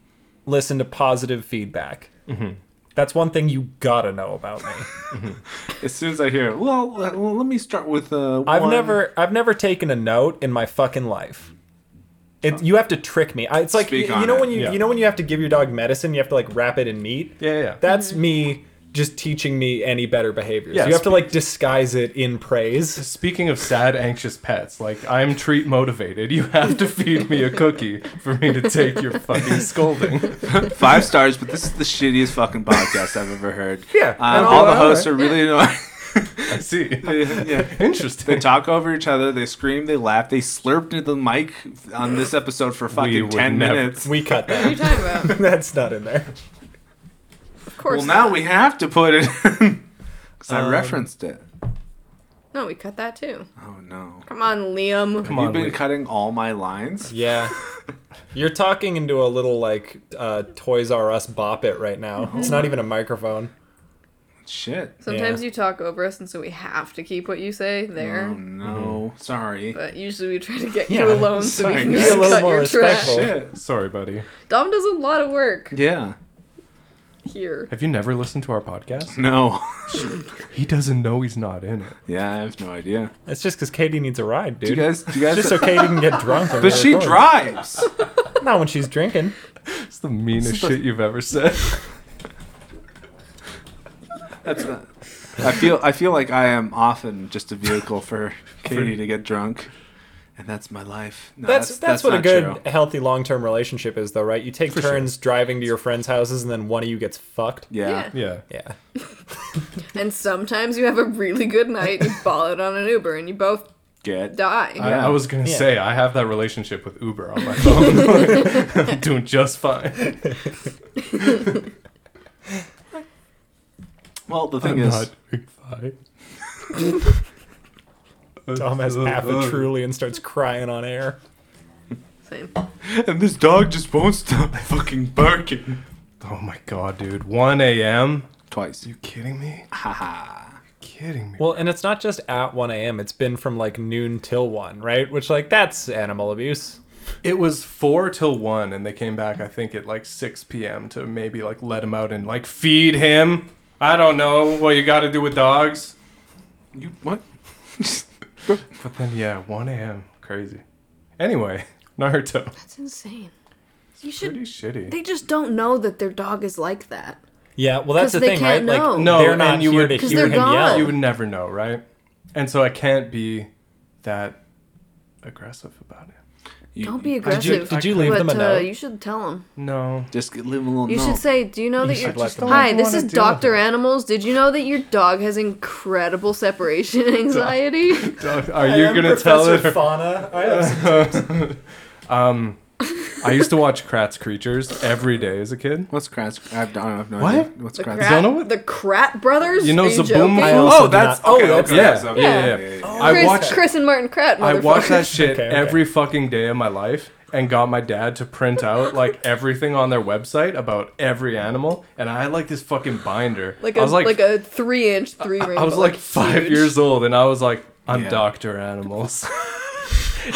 listen to positive feedback.
Mm-hmm.
That's one thing you gotta know about me.
As soon as I hear, well, let, well, let me start with uh,
I've
one-
never, I've never taken a note in my fucking life. It, you have to trick me. I, it's like
Speak
you,
on
you know
it.
when you,
Yeah.
you know when you have to give your dog medicine, you have to like wrap it in meat.
Yeah, yeah, yeah.
That's me just teaching me any better behaviors.
Yeah,
you have to
speak-
like disguise it in praise.
Speaking of sad, anxious pets, like I'm treat motivated. You have to feed me a cookie for me to take your fucking scolding.
five stars, but this is the shittiest fucking podcast I've ever heard.
Yeah,
Uh,
and
all
all-
the
all
hosts are really
I see.
annoying. yeah.
Interesting.
They talk over each other. They scream. They laugh. They slurped into the mic on this episode for fucking
would
ten
never-
minutes.
We cut
What are
that.
you talking about?
That's not in there.
Of course.
Well, now
not.
we have to put it because I referenced it.
No, we cut that too.
Oh no!
Come on, Liam.
Come
You've
on,
been
Lee.
cutting all my lines.
Yeah. You're talking into a little like uh, Toys R Us bop it right now. It's not even a microphone.
Shit.
Sometimes
Yeah.
you talk over us, and so we have to keep what you say there.
Oh no!
Mm-hmm.
Sorry.
But usually we try to get
Mm. Yeah,
you alone so we
sorry,
can
guys.
just
Be a
little
cut
more
your trash.
respectful.
Shit.
Sorry, buddy.
Dom does a lot of work
Yeah.
here.
Have you never listened to our podcast?
No.
He doesn't know he's not in it.
yeah, I have no idea.
It's just because Katie needs a ride, dude.
Do you guys? Do you guys?
it's just so Katie can get drunk.
but she drives.
Not when she's drinking.
It's the meanest shit you've ever said.
That's not. I feel. I feel like I am often just a vehicle for Katie to get drunk, and that's my life. No,
That's that's, what a
not
good
true.
healthy long term relationship is, though, right? You take
sure.
turns driving to your friends' houses, and then one of you gets fucked.
Yeah.
Yeah.
Yeah.
And sometimes you have a really good night, you ball it on an Uber, and you both
Get.
die.
Uh,
I,
Yeah.
I was gonna
Yeah.
say I have that relationship with Uber on my phone. I'm doing just fine.
Well, the
I'm
thing is,
not doing fine.
Dom has half a truly and starts crying on air.
Same.
and this dog just won't stop fucking barking.
Oh my god, dude! 1 a.m.
Twice.
You kidding me?
Haha.
Kidding me?
Well, and it's not just at 1 a.m. It's been from like noon till 1, right? Which, like, that's animal abuse.
It was four till one, and they came back. I think at like six p.m. to maybe like let him out and like feed him. I don't know what you got to do with dogs.
you what?
But then yeah, one a.m. Crazy. Anyway, Naruto.
That's insane. You
Pretty
should.
shitty.
They just don't know that their dog is like that.
Yeah, well, that's
'Cause
the
they
thing, right?
can't know.
Like,
No,
they're
and
not
you
here
would-
to
'Cause
hear
they're
him
gone.
yell.
you would never know, right? And so I can't be that aggressive about it.
You,
Don't be
Did you,
aggressive.
did you leave
but,
them a
uh,
note?
You should tell them.
No.
Just leave him alone.
You should say, "Do you know that
should
your
let them know.
Hi,
I
this
wanna
is
deal with
Doctor
it.
Animals. Did you know that your dog has incredible separation anxiety?
Are you gonna tell it? or-
Fauna. I am-
Um, I used to watch Kratz Creatures every day as a kid.
What's Kratz? I've, I don't have no
What?
idea. What's
the
Kratz?
Krat,
Don't know what-
the Krat brothers.
You know
Are you
Zaboom
joking?
I also
Oh,
do
that's
not-
okay.
Oh,
okay,
yeah.
okay,
Yeah, yeah, yeah.
okay, yeah,
I
Oh, Chris,
watched
Chris and Martin Krat.
I watched that shit
Okay, okay.
every fucking day of my life and got my dad to print out like everything on their website about every animal and I had like this fucking binder.
Like
I
a
was like,
like a three inch three ring.
I was like, five years old and I was like, I'm
Yeah.
Dr. Animals.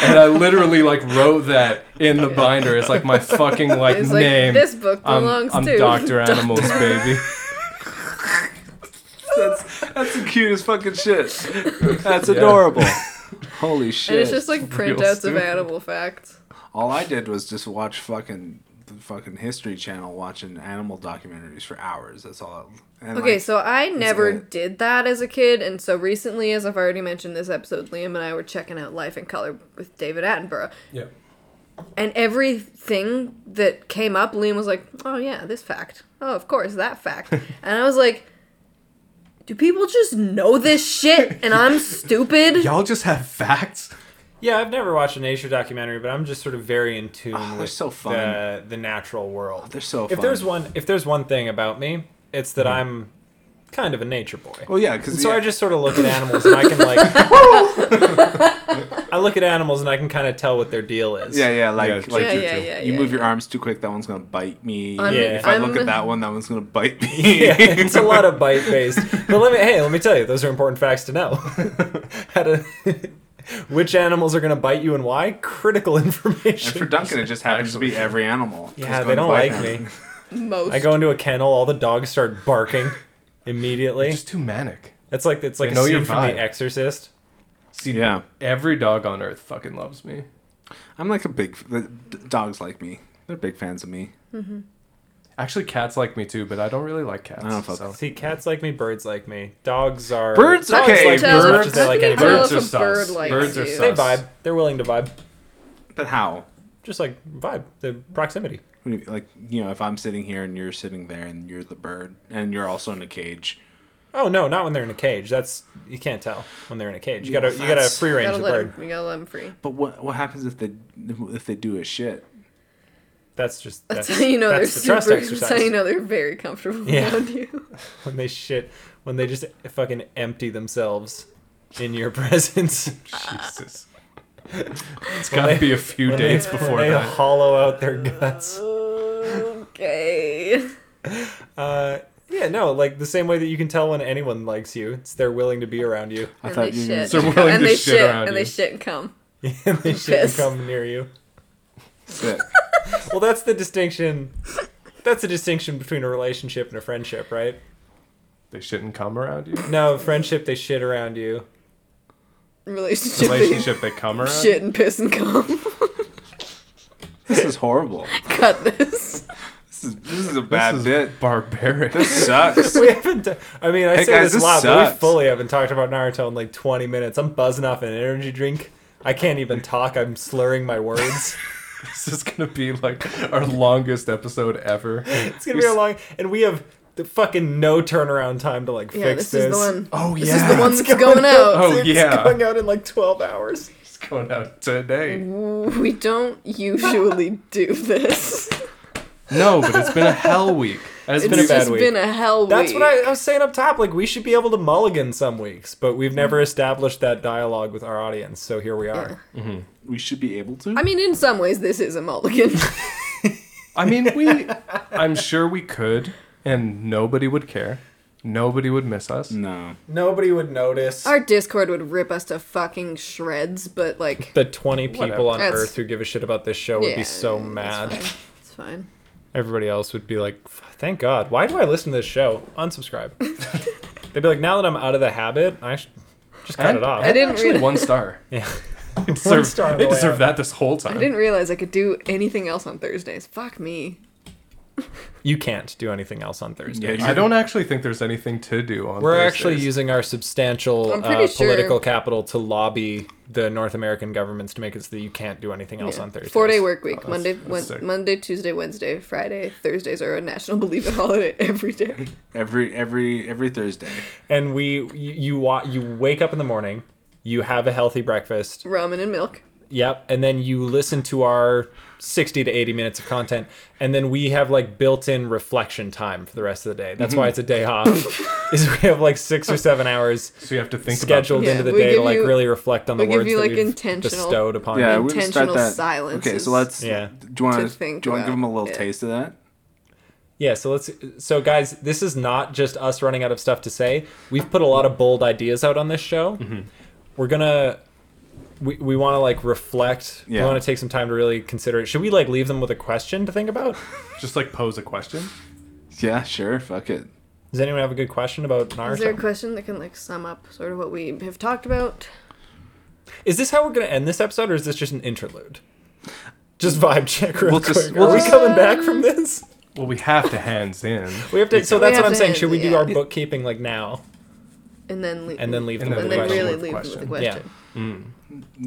and I literally like wrote that in the binder. It's like my fucking like
It's like,
name.
this book belongs
I'm,
to
I'm Dr. Animals, baby.
That's, that's the cutest Oh, fucking shit. That's adorable. Holy shit.
And it's just like
real
printouts of
stupid.
animal facts.
All I did was just watch fucking the fucking History Channel watching animal documentaries for hours. That's all. And
Okay,
like,
so I never
it.
did that as a kid, and so recently, as I've already mentioned this episode, Liam and I were checking out Life in Color with David Attenborough,
yeah.
and everything that came up, Liam was like, "Oh yeah, this fact. Oh, of course, that fact." and I was like, "Do people just know this shit, and I'm stupid?"
Y'all just have facts.
yeah, I've never watched a nature documentary, but I'm just sort of very in tune
Oh, they're
with
so fun. Oh,
the the natural world.
they're so.
if
fun.
there's one, if there's one thing about me, it's that I'm kind of a nature boy.
Well, yeah, because
And so I just sort of look at animals and I can like, I look at animals and I can kind of tell what their deal is.
Yeah, yeah, like,
Yeah,
like
true,
Yeah,
you,
yeah, yeah,
you
yeah,
move your
yeah.
arms too quick, that one's gonna bite me.
I'm-
Yeah.
If I look
I'm-
at that one, that one's gonna bite me.
Yeah, it's a lot of bite based. But let me, hey, let me tell you, those are important facts to know. How to, which animals are going to bite you and why? Critical
And
information.
for Duncan, it just happens to be every animal. It's
yeah,
gonna
they don't
bite
like
him.
me.
Most.
I go into a kennel, all the dogs start barking immediately.
Just too manic.
It's like it's like
They
a
know
scene
your
from
vibe.
The Exorcist.
See,
Yeah,
every dog on earth fucking loves me.
I'm like a big. The d- dogs like me. They're big fans of me.
Actually, cats like me too, but I don't really like cats.
I don't fuck
so.
See, cats like me, birds like me. Dogs are
Birds?
dogs
Okay,
like me as much
birds-
as they like
How can you
anybody.
tell
Birds
if
are
a
sus.
bird likes
Birds are
you?
sus.
They vibe. They're willing to vibe.
But how?
Just like vibe. The proximity.
What do you- Like you know, if I'm sitting here and you're sitting there, and you're the bird, and you're also in a cage.
Oh no, not when they're in a cage. That's you can't tell when they're in a cage. You
Yeah,
gotta you gotta
that's-
free
You
range
gotta
the
let
bird.
'em- you gotta let 'em free.
But what what happens if they if they do a shit?
That's just
That's, how you know they're
that's the trust
super. That's
exercise.
how you know they're very comfortable
Yeah.
around you.
When they shit, when they just fucking empty themselves in your presence.
Jesus. It's
When
gotta
they-
be a few
When they-
days before
when they
that.
hollow out their guts.
Okay.
Uh, yeah, no, like the same way that you can tell when anyone likes you, it's they're willing to be around you.
I
and
thought
they
you were
shit.
gonna
So
and
we're willing to
they
shit around
and
you.
they shit and come.
and they shouldn't
Piss.
come near you.
sit.
Well, that's the distinction. That's the distinction between a relationship and a friendship, right?
They shouldn't come around you.
No, friendship they shit around you.
Relationship,
Relationship, they come around.
shit and piss and come.
This is horrible.
Cut this.
This is this is a
This
bad
is
bit.
barbaric.
This sucks.
We haven't. ta- I mean, I
Hey,
say
guys,
this a
this
lot, but we
sucks.
fully haven't talked about Naruto in like 20 minutes. I'm buzzing off an energy drink. I can't even talk. I'm slurring my words.
This is gonna be like our longest episode ever.
It's gonna be a long, and we have the fucking no turnaround time to like
Yeah,
fix
this,
this.
is the one.
Oh
This
yeah,
is the one that's going out.
Oh,
it's
yeah.
going out in like 12 hours.
it's going out today.
We don't usually do this.
No, but it's been a hell week. As
It's been a
it's
bad
just
week.
been a hell week.
That's what I, I was saying up top. Like we should be able to mulligan some weeks, but we've never
Mm.
established that dialogue with our audience. So here we are.
We should be able to.
I mean, in some ways, this is a mulligan.
I mean, we. I'm sure we could, and nobody would care. Nobody would miss us.
Mm.
no.
Nobody would notice.
Our Discord would rip us to fucking shreds, but like,
the 20 people
Whatever.
on
That's-
earth who give a shit about this show would
Yeah,
be so
that's
mad.
fine. it's fine.
Everybody else would be like, "F- thank God. Why do I listen to this show? Unsubscribe. They'd be like, now that I'm out of the habit, I should just cut
And-
it off.
I didn't
actually
read-
one star.
yeah.
They deserve,
star on
they
the way
deserve
up.
that this whole time.
I didn't realize I could do anything else on Thursdays. Fuck me.
You can't do anything else on Thursday.
I don't actually think there's anything to do on.
We're
Thursdays.
actually using our substantial
I'm pretty
uh,
sure-
political capital to lobby the North American governments to make it so that you can't do anything else on Oh, Thursday.
Four day work week. Monday,
that's
Wed-
sick.
Monday, Tuesday, Wednesday, Friday. Thursdays are a national believe it holiday every day.
Every every every Thursday.
And we, you, you, wa- you wake up in the morning, you have a healthy breakfast,
Ramen and milk.
Yep. And then you listen to our 60 to 80 minutes of content. And then we have like built in reflection time for the rest of the day. That's why it's a day off, is we have like six or seven hours
So you have to think
scheduled
Yeah,
into the
we
day to
give
like
you-
really reflect on the
we give
words
you,
that
like,
we've
intentional-
bestowed upon
Yeah,
you.
we would start
Intentional
that.
silence
Okay,
is-
so let's.
Yeah.
Yeah. Do you want
To
to?
think
Do you want to give
about,
them a little
yeah.
taste of that?
Yeah, so let's. So, guys, this is not just us running out of stuff to say. We've put a lot of bold ideas out on this show. We're gonna. We, we want to like reflect.
Yeah.
We want to take some time to really consider it. Should we like leave them with a question to think about?
about. Just like pose a question.
Yeah, sure. Fuck it.
Does anyone have a good question about Naruto?
Is there a question that can like sum up sort of what we have talked about?
Is this how we're gonna end this episode, or is this just an interlude? Just vibe check real
We'll
quick.
just-
Are
we'll
we
just-
coming back from this?
Well, we have to hands in,
We have to. So that's
have
what I'm
to
saying.
end
Should we
it,
do
yeah.
our bookkeeping like now,
And then leave.
and then leave
And
them
then
with
And
a
then
question?
really
with a
leave them with a
question.
question.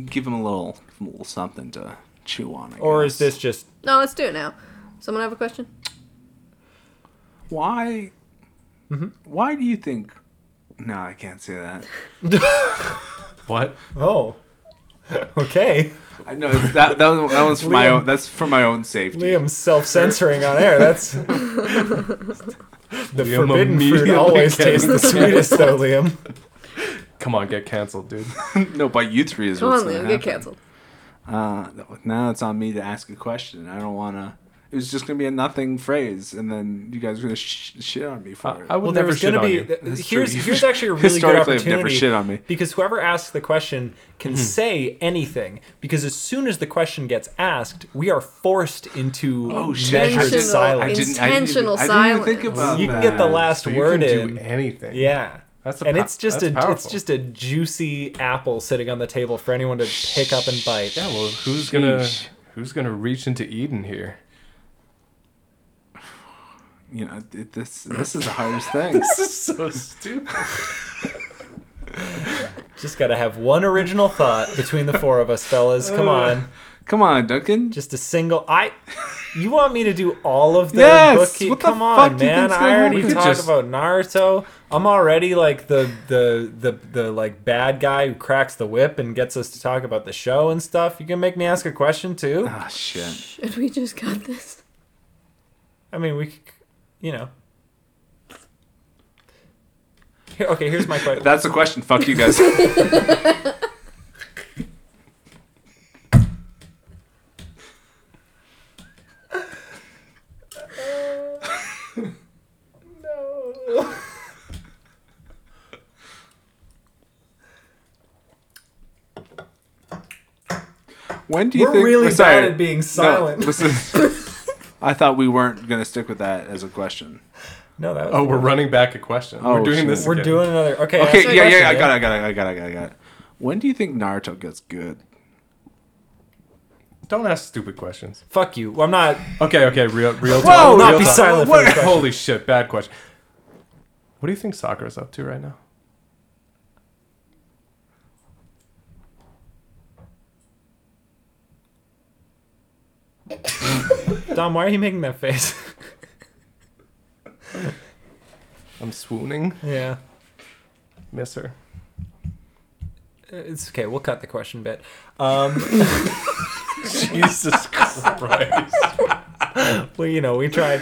Give them a little, give 'em a little something to chew on. I
Or is
guess.
this just
No, let's do it now. Someone have a question?
why?
Mm-hmm.
Why do you think? No, I can't say that.
what?
oh? Okay,
I know it's- that that, one- that one's for my
Liam.
own. That's for my own safety.
Liam's self-censoring on air. That's the
Liam
forbidden fruit
immediately
always
gets
tastes the sweetest, though, Liam.
Come on, get canceled, dude.
No, by you three is
Come
what's
on,
gonna
Liam, get
happen.
canceled.
Uh, now it's on me to ask a question. I don't want to. It was just gonna be a nothing phrase, and then you guys are gonna sh- shit on me for
I,
it.
I would
Well,
never
there's
shit
going to
on
be
you.
th- here's
true.
here's actually a really good
Historically, I've
opportunity
never shit on me.
because whoever asks the question can say anything because as soon as the question gets asked, we are forced into
Oh, shit.
measured
Intentional-
I
silence.
didn't, I didn't even,
Intentional
I didn't even think
silence.
about
You can get the
that.
last
So you
word
can
in.
do anything.
Yeah.
That's a
and
pow-
it's just
that's
a it's
powerful.
just a juicy apple sitting on the table for anyone to pick up and bite.
Yeah. Well, who's gonna
Sheesh.
who's gonna reach into Eden here?
You know, it, this this is the hardest thing.
This is so stupid.
Just got to have one original thought between the four of us, fellas. Come on,
Come on, Duncan.
just a single. I. You want me to do all of the
Yes!
bookkeep-
What the
Come
fuck
on,
do you
man!
think's gonna
I already
happen?
talked
Just-
about Naruto. I'm already like the the the the like bad guy who cracks the whip and gets us to talk about the show and stuff. You can make me ask a question too.
Ah, shit.
Should we just cut this?
I mean, we, c- you know. Here, okay, here's my question.
That's a question. Fuck you guys. when do you
We're
think
really
sorry.
bad at being
No,
silent. No,
listen. I thought we weren't gonna stick with that as a question.
that was
Oh, we're running back a question.
Oh,
we're doing
shit.
this.
we're
again.
doing another. Okay,
Okay,
ask my
yeah,
question,
yeah, I
man.
got it, I got it, I got it, I got it, I got it. When do you think Naruto gets good?
Don't ask stupid questions.
Fuck you. Well, I'm not.
Okay. Okay. Real. Real.
Whoa,
talk,
not
real
be
talk.
silent for
What-
this question.
Holy shit! Bad question. What do you think Sakura's up to right now?
Dom, why are you making that face?
I'm swooning.
yeah.
Miss her.
It's okay. We'll cut the question bit. Um,
Jesus Christ.
well, you know, we tried.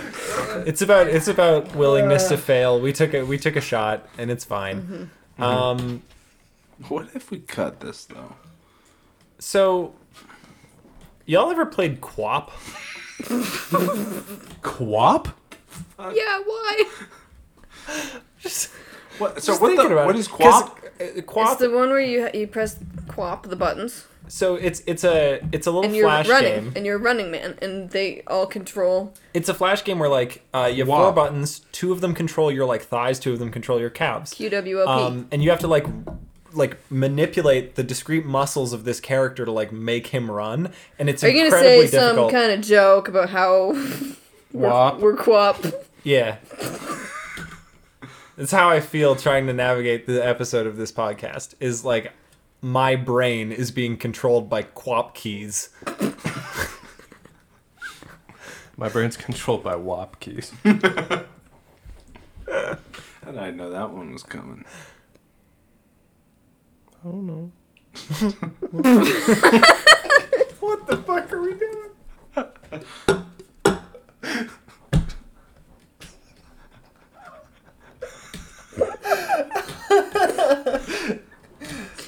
It's about it's about willingness to
Uh.
fail. We took a we took a shot, and it's fine.
Mm-hmm.
Mm-hmm.
Um,
What if we cut this though?
so, y'all ever played Quap?
Quap?
Uh,
Yeah, why?
What? So
Just
what
thinking
the?
about
What
it.
is
'Cause,
quap?
uh,
It's
Quap.
the one where you you press quap the buttons
so it's it's a it's a little
and you're
flash
running
game.
and you're running man and they all control
It's a flash game where like uh, you have
Wow.
four buttons. Two of them control your like thighs. Two of them control your calves.
QWOP.
Um, and you Um, have to like like manipulate the discrete muscles of this character to like make him run, and it's
Are you gonna
incredibly
say some
difficult.
kind of joke about how we're,
Wop.
we're quap?
yeah. That's how I feel trying to navigate the episode of this podcast. Is like my brain is being controlled by quap keys.
My brain's controlled by WAP keys.
How did I know that one was coming?
I don't know.
What the fuck are we doing?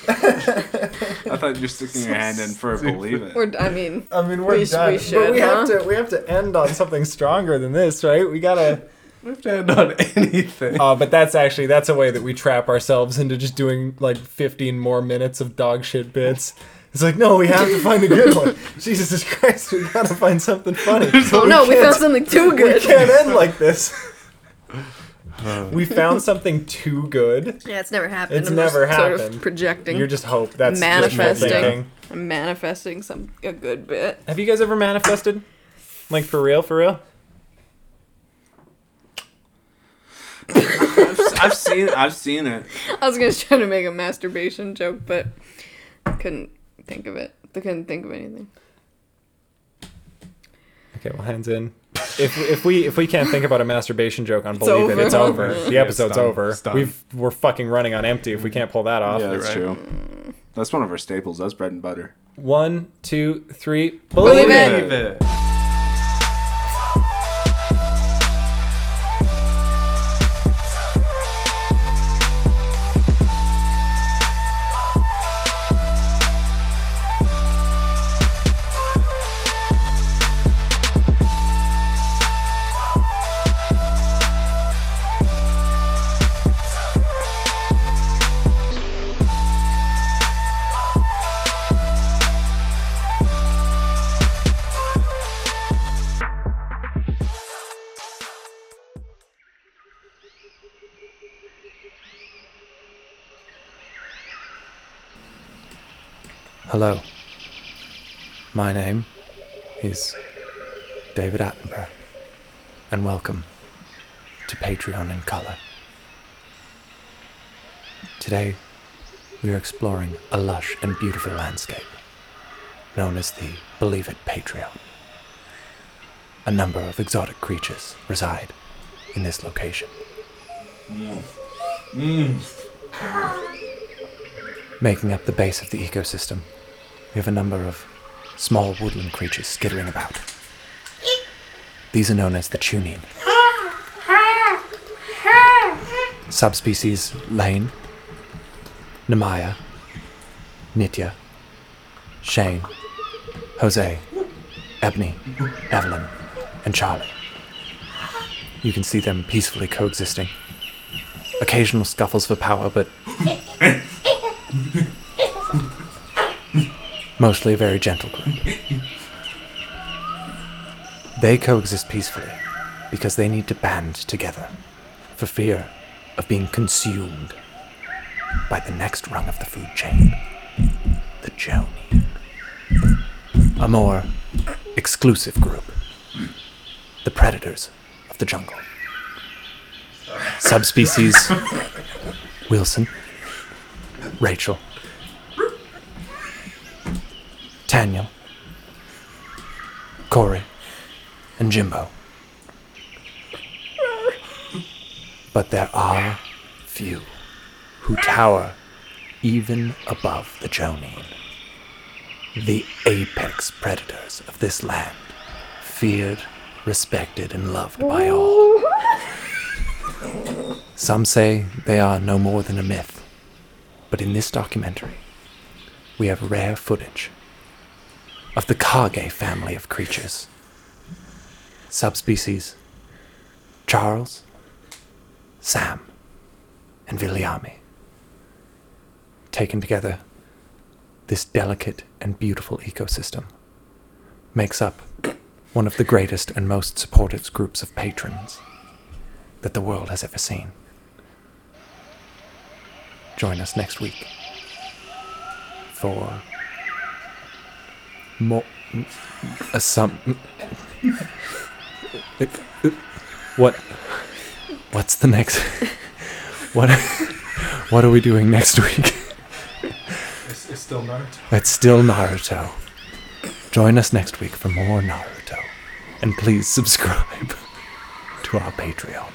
I thought you were sticking your hand in for believe it.
Or I mean,
I mean, we're
We sh- we
done, but
should,
we have
huh?
to we have to end on something stronger than this, right? We gotta.
We have to end on anything.
Uh, but that's actually that's a way that we trap ourselves into just doing like 15 more minutes of dog shit bits. It's like, no, we have to find a good one. Jesus Christ, we gotta find something funny.
oh
We
no, we
can't-
found something too
We
good.
can't end like this. we found something too good.
Yeah, it's never happened.
It's
I'm
never
just Sort
happened.
of projecting.
You're just hope. That's just my
Manifesting.
thinking.
I'm manifesting some a good bit.
Have you guys ever manifested? Like for real, for real?
I've, I've seen I've seen it.
I was gonna try to make a masturbation joke, but couldn't think of it. I couldn't think of anything.
Okay, well, hands in. If if we if we can't think about a masturbation joke on believe it,
over.
it's over. The
Yeah,
episode's
it's done.
over.
It's done.
We've we're fucking running on empty if we can't pull that off.
Yeah, that's
right.
true. That's one of our staples. That's bread and butter.
One, two, three.
Believe it.
Believe it.
Hello. My name is David Attenborough, and welcome to Patreon in Color. Today, we are exploring a lush and beautiful landscape known as the Believe It Patreon. A number of exotic creatures reside in this location. Making up the base of the ecosystem, we have a number of small woodland creatures skittering about. These are known as the tunine. Subspecies Lane, Namaya, Nitya, Shane, Jose, Ebony, Evelyn, and Charlie. You can see them peacefully coexisting. Occasional scuffles for power, but mostly a very gentle group. They coexist peacefully because they need to band together for fear of being consumed by the next rung of the food chain, the Joni. A more exclusive group, the predators of the jungle. Subspecies Wilson, Rachel, Tanya, Corey, and Jimbo. But there are few who tower even above the Jonine. The apex predators of this land, feared, respected, and loved by all. Some say they are no more than a myth, but in this documentary, we have rare footage of the Kage family of creatures. Subspecies Charles, Sam, and Viliami. Taken together, this delicate and beautiful ecosystem makes up one of the greatest and most supported groups of patrons that the world has ever seen. Join us next week Thor. Mo- uh, assum- what? What's the next? What? What are we doing next week?
It's, it's still not.
It's still Naruto. Join us next week for more Naruto. And please subscribe to our Patreon.